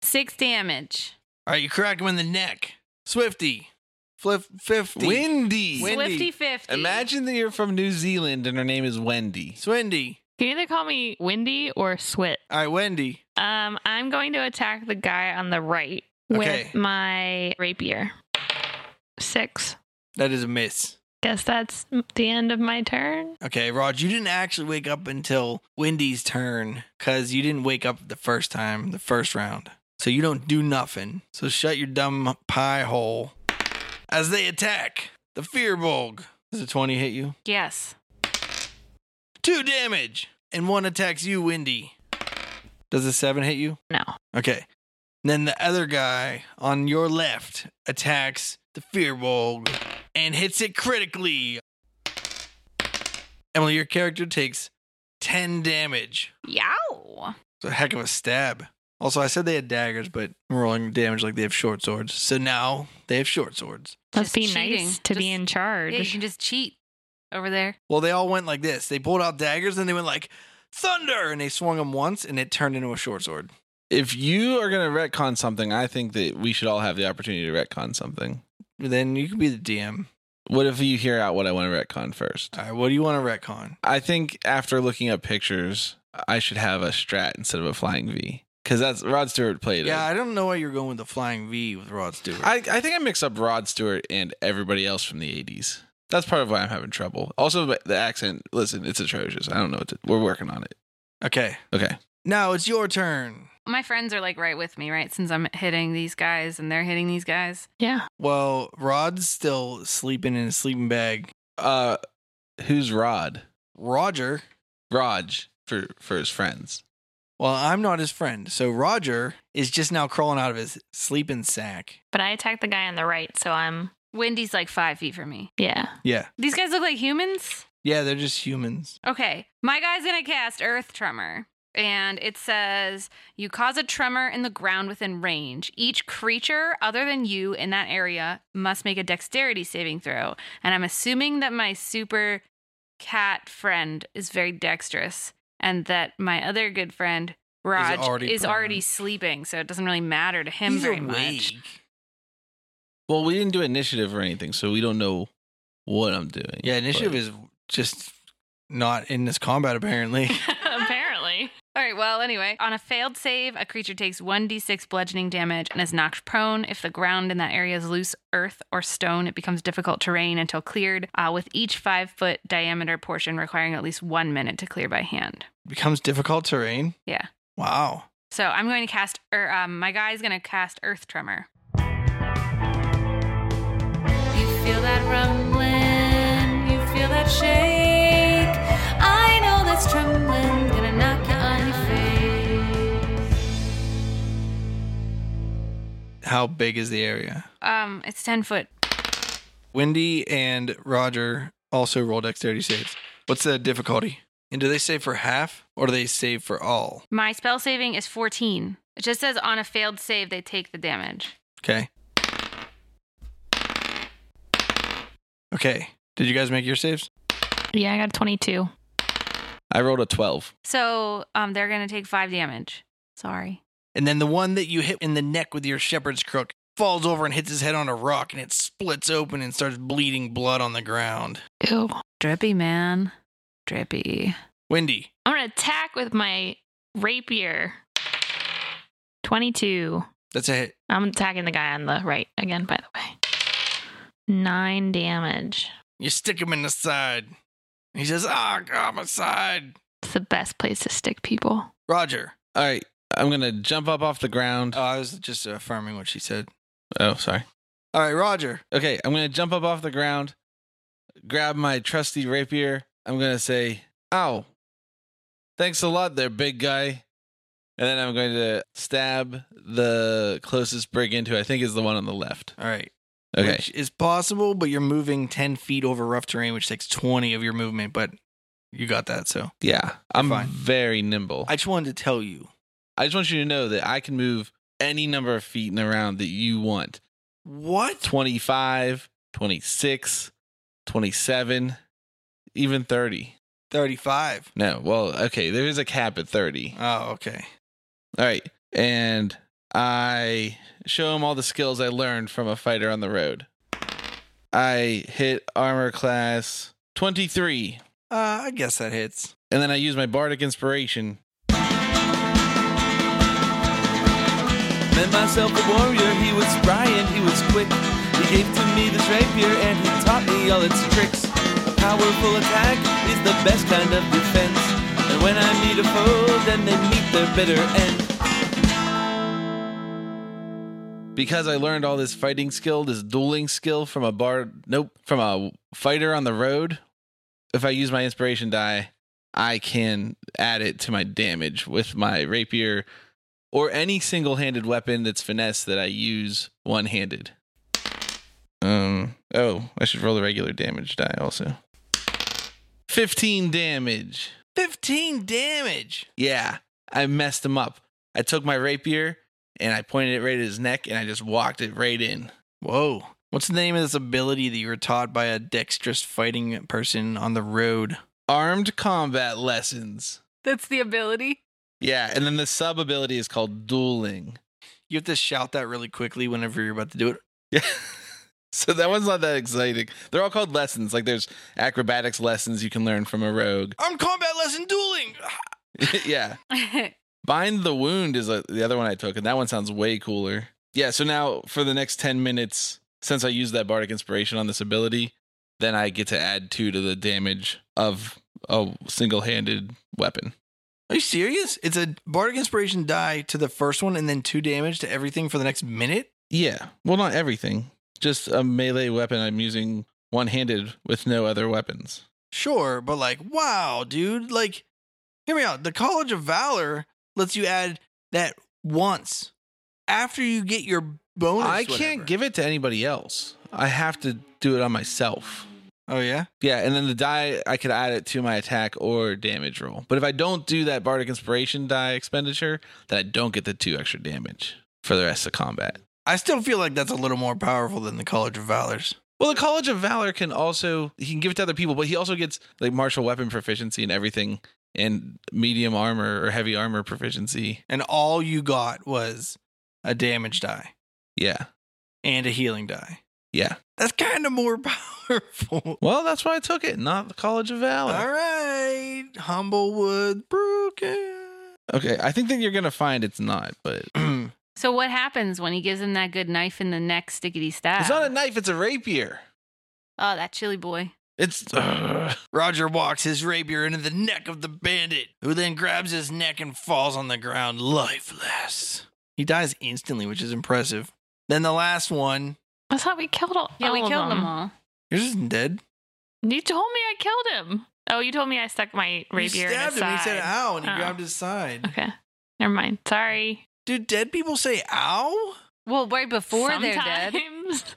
6 damage. All right. You crack him in the neck. Swifty. Flip 50. Wendy. Wendy. Swifty 50. Imagine that you're from New Zealand and her name is Wendy. Swindy. You can either call me Windy or Swit. All right. Wendy. Um, I'm going to attack the guy on the right Okay. with my rapier. Six. That is a miss. Guess that's the end of my turn. Okay, Raj, you didn't actually wake up until Wendy's turn because you didn't wake up the first time, the first round. So you don't do nothing. So shut your dumb pie hole. As they attack, the Fearbulg. Does a 20 hit you? Yes. Two damage. And one attacks you, Wendy. Does a 7 hit you? No. Okay. Then the other guy on your left attacks the Fearbulg and hits it critically. Emily, your character takes 10 damage. Yow. It's a heck of a stab. Also, I said they had daggers, but I'm rolling damage like they have short swords. So now they have short swords. Must Just be cheating. nice to be Just- in Yeah, you charge. can just cheat over there. Well, they all went like this. They pulled out daggers and they went like thunder and they swung them once and it turned into a short sword. If you are gonna retcon something, I think that we should all have the opportunity to retcon something. Then you can be the DM. What if you hear out what I want to retcon first? All right, what do you want to retcon? I think after looking up pictures, I should have a strat instead of a flying V. Because that's Rod Stewart played Yeah, it. I don't know why you're going with the flying V with Rod Stewart. I, I think I mix up Rod Stewart and everybody else from the 80s. That's part of why I'm having trouble. Also, the the accent, listen, it's atrocious. I don't know what to, we're working on it. okay, Okay. now it's your turn. My friends are like right with me, right? Since I'm hitting these guys and they're hitting these guys. yeah. Well, Rod's still sleeping in his sleeping bag. Uh, who's Rod? Roger, Raj for for his friends. well, I'm not his friend, so Roger is just now crawling out of his sleeping sack. But I attacked the guy on the right, so I'm Wendy's like five feet from me. yeah. Yeah, These guys look like humans. yeah, they're just humans. Okay, my guy's gonna cast Earth Tremor. And it says, you cause a tremor in the ground within range. Each creature other than you in that area must make a dexterity saving throw. And I'm assuming that my super cat friend is very dexterous and that my other good friend, Raj, is already already, prone. sleeping. So it doesn't really matter to him He's very much. awake. Well, we didn't do initiative or anything, so we don't know what I'm doing. Yeah, initiative is just not in this combat apparently. Apparently. All right, well, anyway, on a failed save, a creature takes 1d6 bludgeoning damage and is knocked prone. If the ground in that area is loose earth or stone, it becomes difficult terrain until cleared, uh, with each five foot diameter portion requiring at least one minute to clear by hand. becomes difficult terrain. Yeah. Wow. So I'm going to cast, er, um, my guy's going to cast Earth Tremor. You feel that rumbling, you feel that shake. I know that's trembling, gonna knock you on your face. How big is the area? Um, it's 10 foot. Wendy and Roger also roll dexterity saves. What's the difficulty? And do they save for half or do they save for all? My spell saving is 14. It just says on a failed save, they take the damage. Okay. Okay. Did you guys make your saves? Yeah, I got 22. I rolled a 12. So um, they're going to take five damage. Sorry. And then the one that you hit in the neck with your shepherd's crook falls over and hits his head on a rock and it splits open and starts bleeding blood on the ground. Ew. Drippy, man. Drippy. Wendy, I'm gonna attack with my rapier. 22. That's a hit. I'm attacking the guy on the right again, by the way. Nine damage. You stick him in the side. He says, "Ah, God, my side." It's the best place to stick people. Roger. All right. I'm going to jump up off the ground. Oh, I was just affirming what she said. Oh, sorry. All right, Roger. Okay. I'm going to jump up off the ground, grab my trusty rapier. I'm going to say, ow. Thanks a lot there, big guy. And then I'm going to stab the closest brigand, who I think is the one on the left. All right. Okay. Which is possible, but you're moving 10 feet over rough terrain, which takes 20 of your movement, but you got that. So yeah. I'm fine. very nimble. I just wanted to tell you. I just want you to know that I can move any number of feet in a round that you want What? 25, 26, 27, even 30. 35. No, well, okay, there is a cap at 30. Oh, okay. All right. And I show him all the skills I learned from a fighter on the road. I hit armor class 23, Uh, I guess that hits. and then I use my bardic inspiration. Met myself a warrior, he was spry and he was quick. He gave to me this rapier and he taught me all its tricks. A powerful attack is the best kind of defense. And when I meet a foe, then they meet their bitter end. Because I learned all this fighting skill, this dueling skill from a bard, nope, from a fighter on the road, if I use my inspiration die, I can add it to my damage with my rapier or any single handed weapon that's finesse that I use one handed. Um, oh, I should roll the regular damage die also. 15 damage. 15 damage. Yeah, I messed him up. I took my rapier and I pointed it right at his neck and I just walked it right in. Whoa. What's the name of this ability that you were taught by a dexterous fighting person on the road? Armed combat lessons. That's the ability. Yeah, and then the sub ability is called dueling. You have to shout that really quickly whenever you're about to do it. Yeah. So that one's not that exciting. They're all called lessons. Like there's acrobatics lessons you can learn from a rogue. Armed combat lesson dueling. yeah. I Bind the wound is uh the other one I took, and that one sounds way cooler. Yeah, so now for the next 10 minutes, since I used that bardic inspiration on this ability, then I get to add two to the damage of a single handed weapon. Are you serious? It's a bardic inspiration die to the first one and then two damage to everything for the next minute? Yeah, well, not everything, just a melee weapon I'm using one handed with no other weapons. Sure, but like, wow, dude. Like, hear me out. The College of Valor lets you add that once after you get your bonus. I can't whatever. give it to anybody else. I have to do it on myself. Oh, yeah? Yeah, and then the die I could add it to my attack or damage roll. But if I don't do that bardic inspiration die expenditure, then I don't get the two extra damage for the rest of combat. I still feel like that's a little more powerful than the College of Valors. Well, the College of Valor can also he can give it to other people, but he also gets like martial weapon proficiency and everything, and medium armor or heavy armor proficiency. And all you got was a damage die Yeah, and a healing die. yeah. That's kind of more powerful. Well, that's why I took it, not the College of Valor. All right, Humblewood Broken. Okay, I think that you're gonna find it's not, but So what happens when he gives him that good knife in the neck, stickety stab? it's not a knife; it's a rapier. oh, that chilly boy. It's Ugh. Roger walks his rapier into the neck of the bandit, who then grabs his neck and falls on the ground lifeless. He dies instantly, which is impressive. Then the last one. I thought we killed all. Yeah, we all of killed them all. Yours isn't dead. You told me I killed him. Oh, you told me I stuck my rapier you in stabbed his him. side. He said "Ah." ow, and he Oh. grabbed his side. Okay, never mind. Sorry. Do dead people say ow? Well, right before they're dead. Sometimes.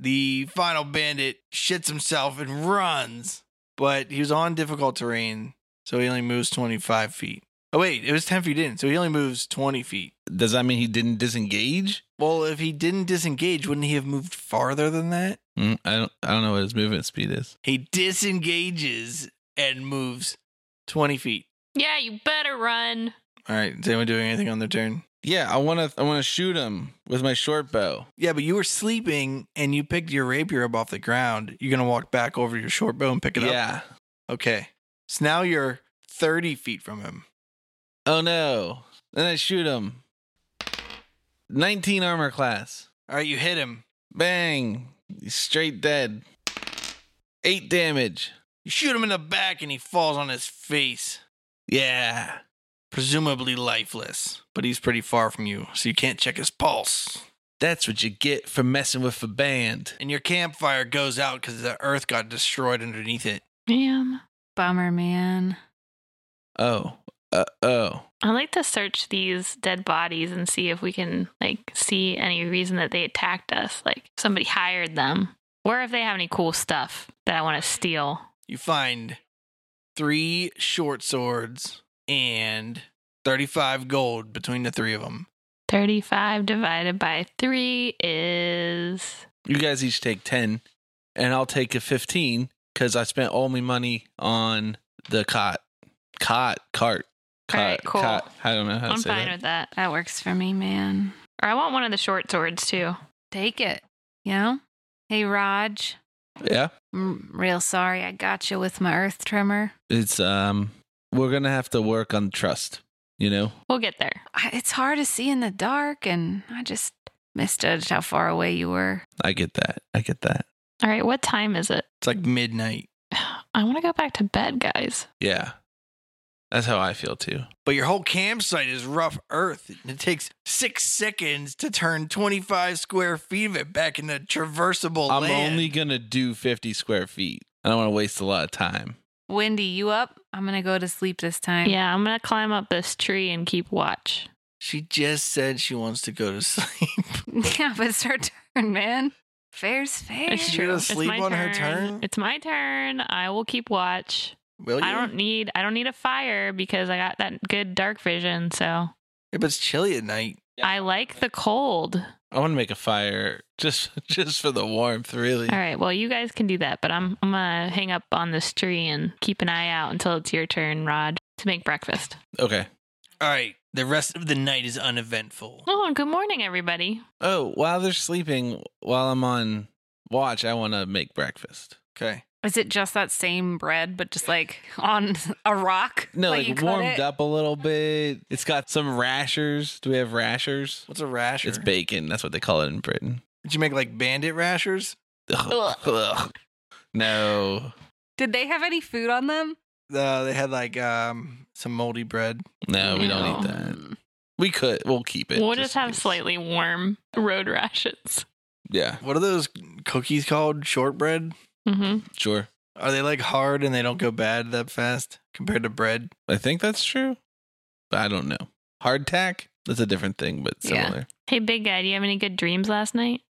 The final bandit shits himself and runs, but he was on difficult terrain, so he only moves 25 feet. Oh, wait, it was 10 feet in, so he only moves 20 feet. does that mean he didn't disengage? Well, if he didn't disengage, wouldn't he have moved farther than that? Mm, I don't. I don't know what his movement speed is. He disengages and moves 20 feet. Yeah, you better run. All right, is anyone doing anything on their turn? Yeah, I want to. I want to shoot him with my short bow. Yeah, but you were sleeping and you picked your rapier up off the ground. You're going to walk back over to your short bow and pick it up? yeah. Yeah. Okay. So now you're 30 feet from him. Oh no! Then I shoot him. 19 armor class. All right, you hit him. Bang. He's straight dead. Eight damage. You shoot him in the back and he falls on his face, Yeah. presumably lifeless. But he's pretty far from you, so you can't check his pulse. That's what you get for messing with a band. And your campfire goes out because the earth got destroyed underneath it. Damn. Bummer, man. Oh. Uh oh. I like to search these dead bodies and see if we can like see any reason that they attacked us, like if somebody hired them, or if they have any cool stuff that I want to steal. You find three short swords and 35 gold between the three of them. 35 divided by 3 is You guys each take 10, and I'll take a 15 because I spent all my money on the cot. Cot, cart. Cot, All right, cool. cot. I don't know how I'm to say fine that. with that. That works for me, man. Or I want one of the short swords too. Take it. You know? Hey, Raj. yeah. I'm real sorry I got you with my earth tremor. It's, um, we're going to have to work on trust, you know? We'll get there. I, it's hard to see in the dark, and I just misjudged how far away you were. I get that. I get that. All right, what time is it? It's like midnight, I want to go back to bed, guys. Yeah. That's how I feel too. but your whole campsite is rough earth. and It takes six seconds to turn 25 square feet of it back into traversable I'm land. only going to do 50 square feet. I don't want to waste a lot of time. Wendy, you up? I'm gonna go to sleep this time. Yeah, I'm going to climb up this tree and keep watch. she just said she wants to go to sleep. yeah, but it's her turn, man. Fair's fair. It's You're true. gonna It's sleep my on her turn? Oh, It's my turn. I will keep watch. Will you? I don't need I don't need a fire because I got that good dark vision, so Yeah, but it's chilly at night. I like the cold. I want to make a fire just just for the warmth, really. All right, well you guys can do that, but I'm I'm gonna hang up on this tree and keep an eye out until it's your turn, Rod, to make breakfast. Okay. All right. The rest of the night is uneventful. Oh, and good morning, everybody. Oh, while they're sleeping, while I'm on watch, I want to make breakfast. Okay. Is it just that same bread, but just like on a rock? No, you like cut warmed it? up a little bit. It's got some rashers. Do we have rashers? What's a rasher? It's bacon. That's what they call it in Britain. Did you make like bandit rashers? Ugh. Ugh. No, Did they have any food on them? Uh, they had like um some moldy bread. no, we don't eat No. that. We could. We'll keep it. we'll just in have case. slightly warm road rashes. Yeah, What are those cookies called? Shortbread? hmm sure. Are they like hard and they don't go bad that fast compared to bread? I think that's true, but I don't know. Hardtack. That's a different thing, but Yeah. similar. Hey, big guy, do you have any good dreams last night?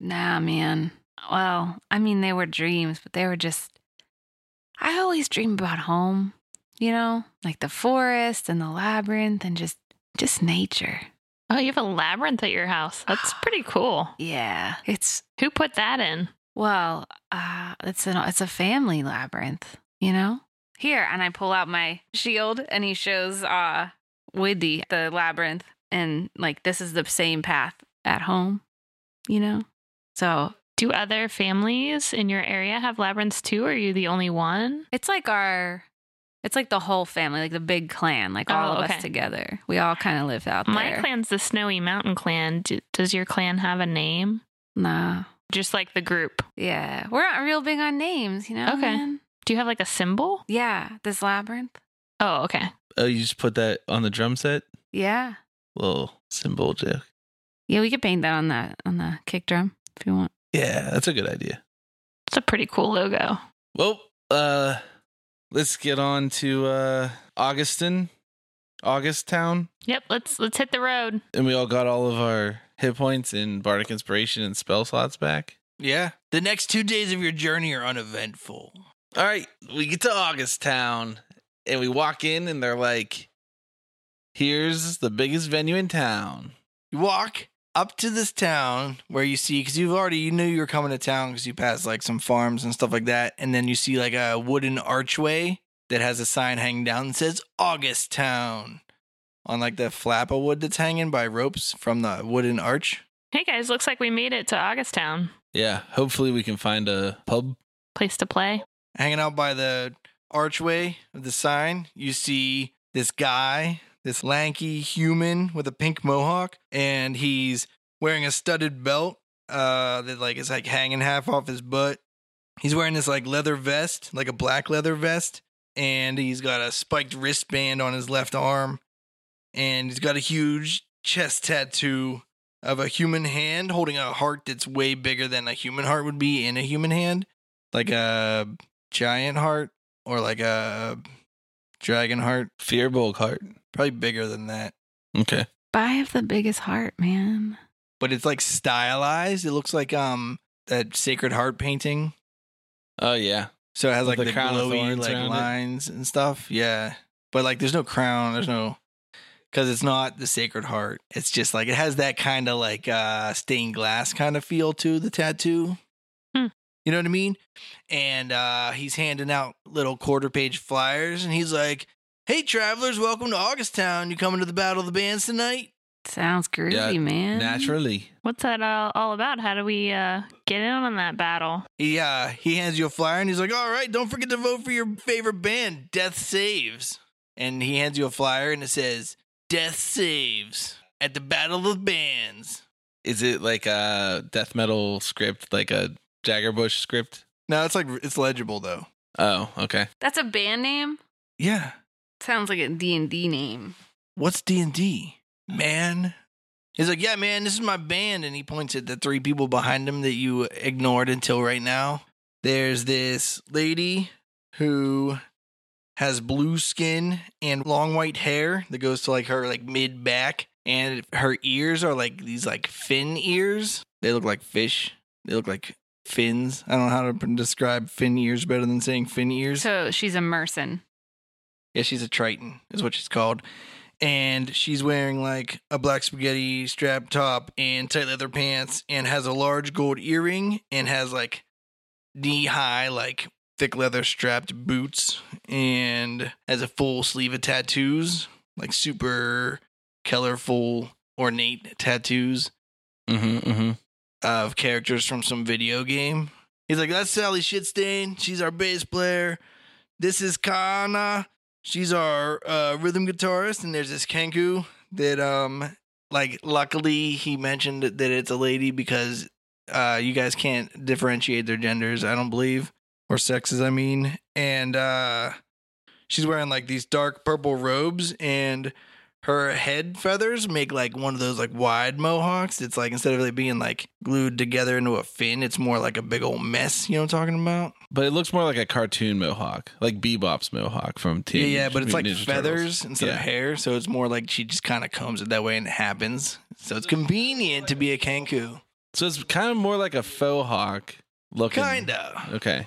Nah, man. Well, I mean, they were dreams, but they were just. I always dream about home, you know, like the forest and the labyrinth and just just nature. Oh, you have a labyrinth at your house. That's pretty cool. Yeah, it's Who put that in? well, uh, it's an it's a family labyrinth, you know. Here, and I pull out my shield, and he shows uh Wendy the labyrinth, and like this is the same path at home, you know. So Do other families in your area have labyrinths too? Or are you the only one? It's like our, it's like the whole family, like the big clan, like all Oh, of okay. us together. We all kind of live out My there. clan's the Snowy Mountain Clan. D- does your clan have a name? Nah. Just like the group. Yeah. We're not real big on names, you know? Okay. man? Do you have like a symbol? Yeah. This labyrinth. Oh, okay. Oh, you just put that on the drum set. Yeah. Little symbol joke. Yeah, we could paint that on the on the kick drum if you want. Yeah, that's a good idea. It's a pretty cool logo. Well, uh let's get on to uh Augustin, August Town, Yep, let's let's hit the road. and we all got all of our hit points and bardic inspiration and spell slots back. Yeah. The next two days of your journey are uneventful. All right, we get to August Town and we walk in and they're like here's the biggest venue in town. You walk up to this town where you see because you've already you knew you were coming to town because you passed like some farms and stuff like that, and then you see like a wooden archway that has a sign hanging down that says August Town on like the flap of wood that's hanging by ropes from the wooden arch. Hey guys, looks like we made it to Augusttown. Yeah, hopefully we can find a pub. Place to play. hanging out by the archway of the sign, you see this guy this lanky human with a pink mohawk, and he's wearing a studded belt uh, that like is like hanging half off his butt. He's wearing this like leather vest, like a black leather vest, and he's got a spiked wristband on his left arm, and he's got a huge chest tattoo of a human hand holding a heart that's way bigger than a human heart would be in a human hand, like uh, a giant heart or like a dragon heart, Fear Bulk Heart. probably bigger than that. Okay. But I have the biggest heart, man. But it's like stylized. It looks like um that Sacred Heart painting. Oh yeah. So it has With like the the, crown of glowy thorns like around it. lines and stuff. Yeah. But like there's no crown, there's no because it's not the Sacred Heart. It's just like it has that kind of like uh stained glass kind of feel to the tattoo. Hmm. You know what I mean? And uh he's handing out little quarter page flyers and he's like, Hey travelers, welcome to Augusttown. You coming to the Battle of the Bands tonight? Sounds groovy, Yeah, man. Naturally. What's that all, all about? How do we uh, get in on that battle? He uh he hands you a flyer and he's like, "All right, don't forget to vote for your favorite band, Death Saves." And he hands you a flyer and it says, "Death Saves at the Battle of Bands." Is it like a death metal script, like a Jaggerbush script? No, it's like it's legible though. Oh, okay. That's a band name? Yeah. Sounds like a D&D name. What's D&D? Man. He's like, "Yeah, man, this is my band." And he points at the three people behind him that you ignored until right now. There's this lady who has blue skin and long white hair that goes to like her like mid back and her ears are like these like fin ears they look like fish they look like fins i don't know how to p- describe fin ears better than saying fin ears So she's a Merson. yeah she's a triton is what she's called and she's wearing like a black spaghetti strap top and tight leather pants and has a large gold earring and has like knee high like thick leather strapped boots and has a full sleeve of tattoos like super colorful ornate tattoos Mm-hmm. Mm-hmm. of characters from some video game. He's like, that's Sally Shitstain. She's our bass player. This is Kana. She's our uh, rhythm guitarist. And there's this Kenku that, um, like, luckily he mentioned that it's a lady because uh, you guys can't differentiate their genders, I don't believe, or sexes, I mean. And uh, she's wearing like these dark purple robes and her head feathers make like one of those like wide mohawks. It's like instead of it being like glued together into a fin, it's more like a big old mess. You know what I'm talking about? But it looks more like a cartoon mohawk, like Bebop's mohawk from Teen. yeah, yeah, but it's like Mutant Ninja Turtles. feathers instead of Yeah. hair, so it's more like she just kind of combs it that way and it happens. So it's convenient to be a kanku, So it's kind of more like a faux hawk looking. kinda. Okay.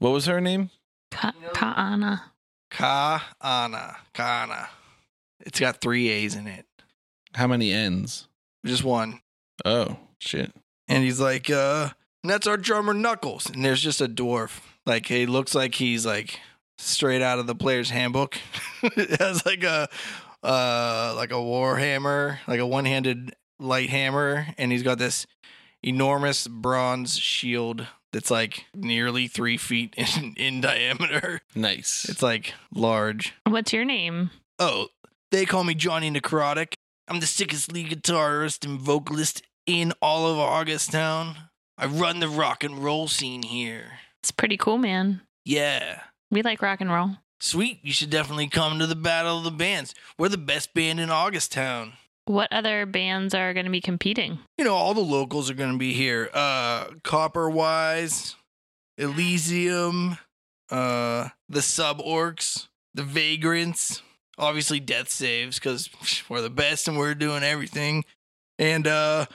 What was her name? Ka- Kaana. Kana, kana. It's got three A's in it, How many N's? just one. Oh shit. And he's like, uh, and that's our drummer Knuckles. And there's just a dwarf. Like he looks like he's like straight out of the player's handbook. it has like a uh like a war hammer, like a one-handed light hammer, and he's got this enormous bronze shield that's like nearly three feet in, in diameter. Nice. It's like large. What's your name? Oh, they call me Johnny Necrotic. I'm the sickest lead guitarist and vocalist in all of Augusttown. I run the rock and roll scene here. It's pretty cool, man. Yeah. We like rock and roll. Sweet, you should definitely come to the Battle of the Bands. We're the best band in Augusttown. What other bands are going to be competing? You know, all the locals are going to be here. Uh Copperwise, Elysium, uh the Sub Orcs, the Vagrants, obviously Death Saves cuz we're the best and we're doing everything. And uh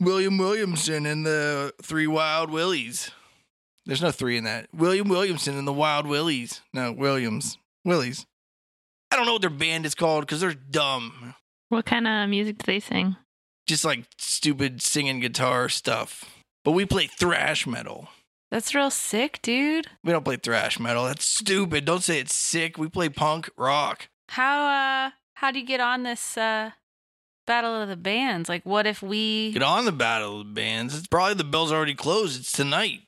William Williamson and the Three Wild Willies. There's no 3 in that. William Williamson and the Wild Willies. No, Williams. Willies. I don't know what their band is called cuz they're dumb What kind of music do they sing? just like stupid singing guitar stuff. But we play thrash metal. That's real sick, dude. We don't play thrash metal. That's stupid. Don't say it's sick. We play punk rock. How uh how do you get on this uh Battle of the Bands? Like what if we Get on the battle of the bands. It's probably the bell's already closed. It's tonight.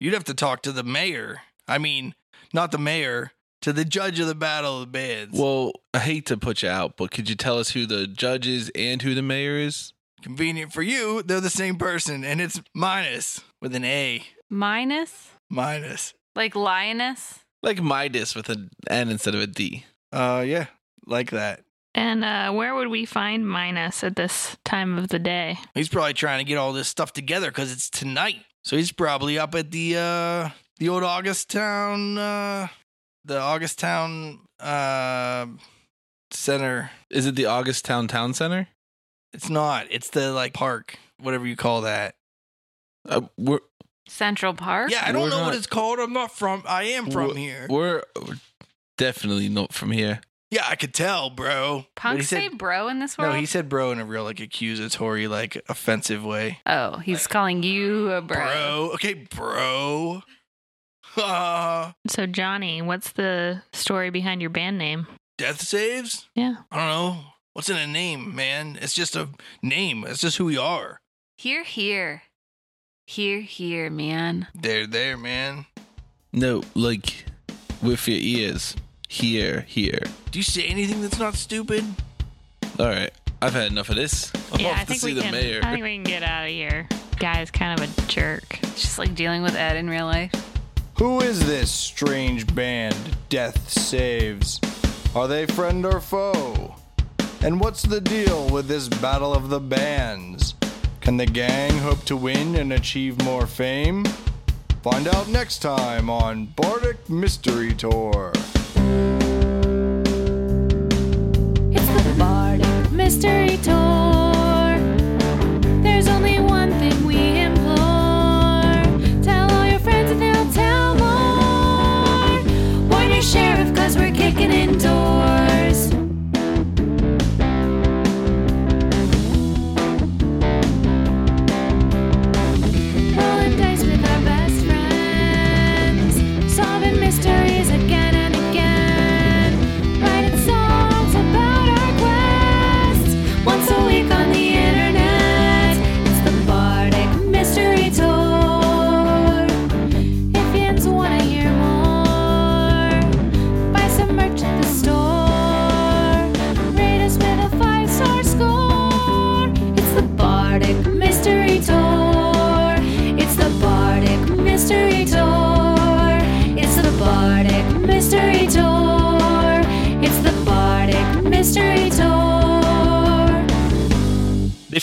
You'd have to talk to the mayor. I mean, not the mayor, to the judge of the battle of the bands. Well, I hate to put you out, but could you tell us who the judge is and who the mayor is? Convenient for you, they're the same person, and it's minus with an A. Minus? Minus. Like lioness? Like Midas with an N instead of a D. Uh, yeah, like that. And uh, where would we find Minus at this time of the day? He's probably trying to get all this stuff together because it's tonight. So he's probably up at the uh the old Augustown uh the Augustown uh center. Is it the Augustown Town Center? It's not. It's the like park, whatever you call that. Uh, we're Central Park? Yeah, I don't We're know what not- it's called. I'm not from. I am from here. we're definitely not from here. Yeah, I could tell, bro. But Punk he said- say bro in this No, world? he said bro in a real like accusatory, like offensive way. oh, he's calling you a bro. Bro. Okay, bro. Uh, So, Johnny, what's the story behind your band name? death saves? Yeah. I don't know. What's in a name, man? It's just a name. It's just who we are. Here, here. Here, here, man. They're there, man. No, like with your ears. Here, here. Do you say anything that's not stupid? All right, I've had enough of this. I'm yeah, off to see we the can. mayor. I think we can get out of here. Guy's kind of a jerk. It's just like dealing with Ed in real life. Who is this strange band death saves? Are they friend or foe? And what's the deal with this battle of the bands? Can the gang hope to win and achieve more fame? Find out next time on Bardic Mystery Tour. It's the Bardic Mystery Tour. There's only one thing we implore. Tell all your friends and they'll tell more. Warn your sheriff, cause we're kicking in doors. Rolling dice with our best friends. Solving mysteries again and again. Writing songs about our quests. Once a week on the internet. It's the Bardic Mystery Tour. If yins wanna hear more, buy some merch at the store. Rate us with a five star score. It's the Bardic Mystery Tour. It's the Bardic Mystery Tour. It's the Bardic Mystery Tour. It's the Bardic Mystery Tour. This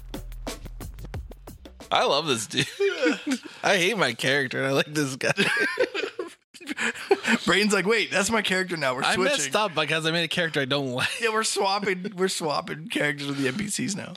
I love this dude. I hate my character and I like this guy. Brayden's like, wait, that's my character now. We're I switching. messed up because I made a character I don't like. Yeah, we're swapping. We're swapping characters with the NPCs now.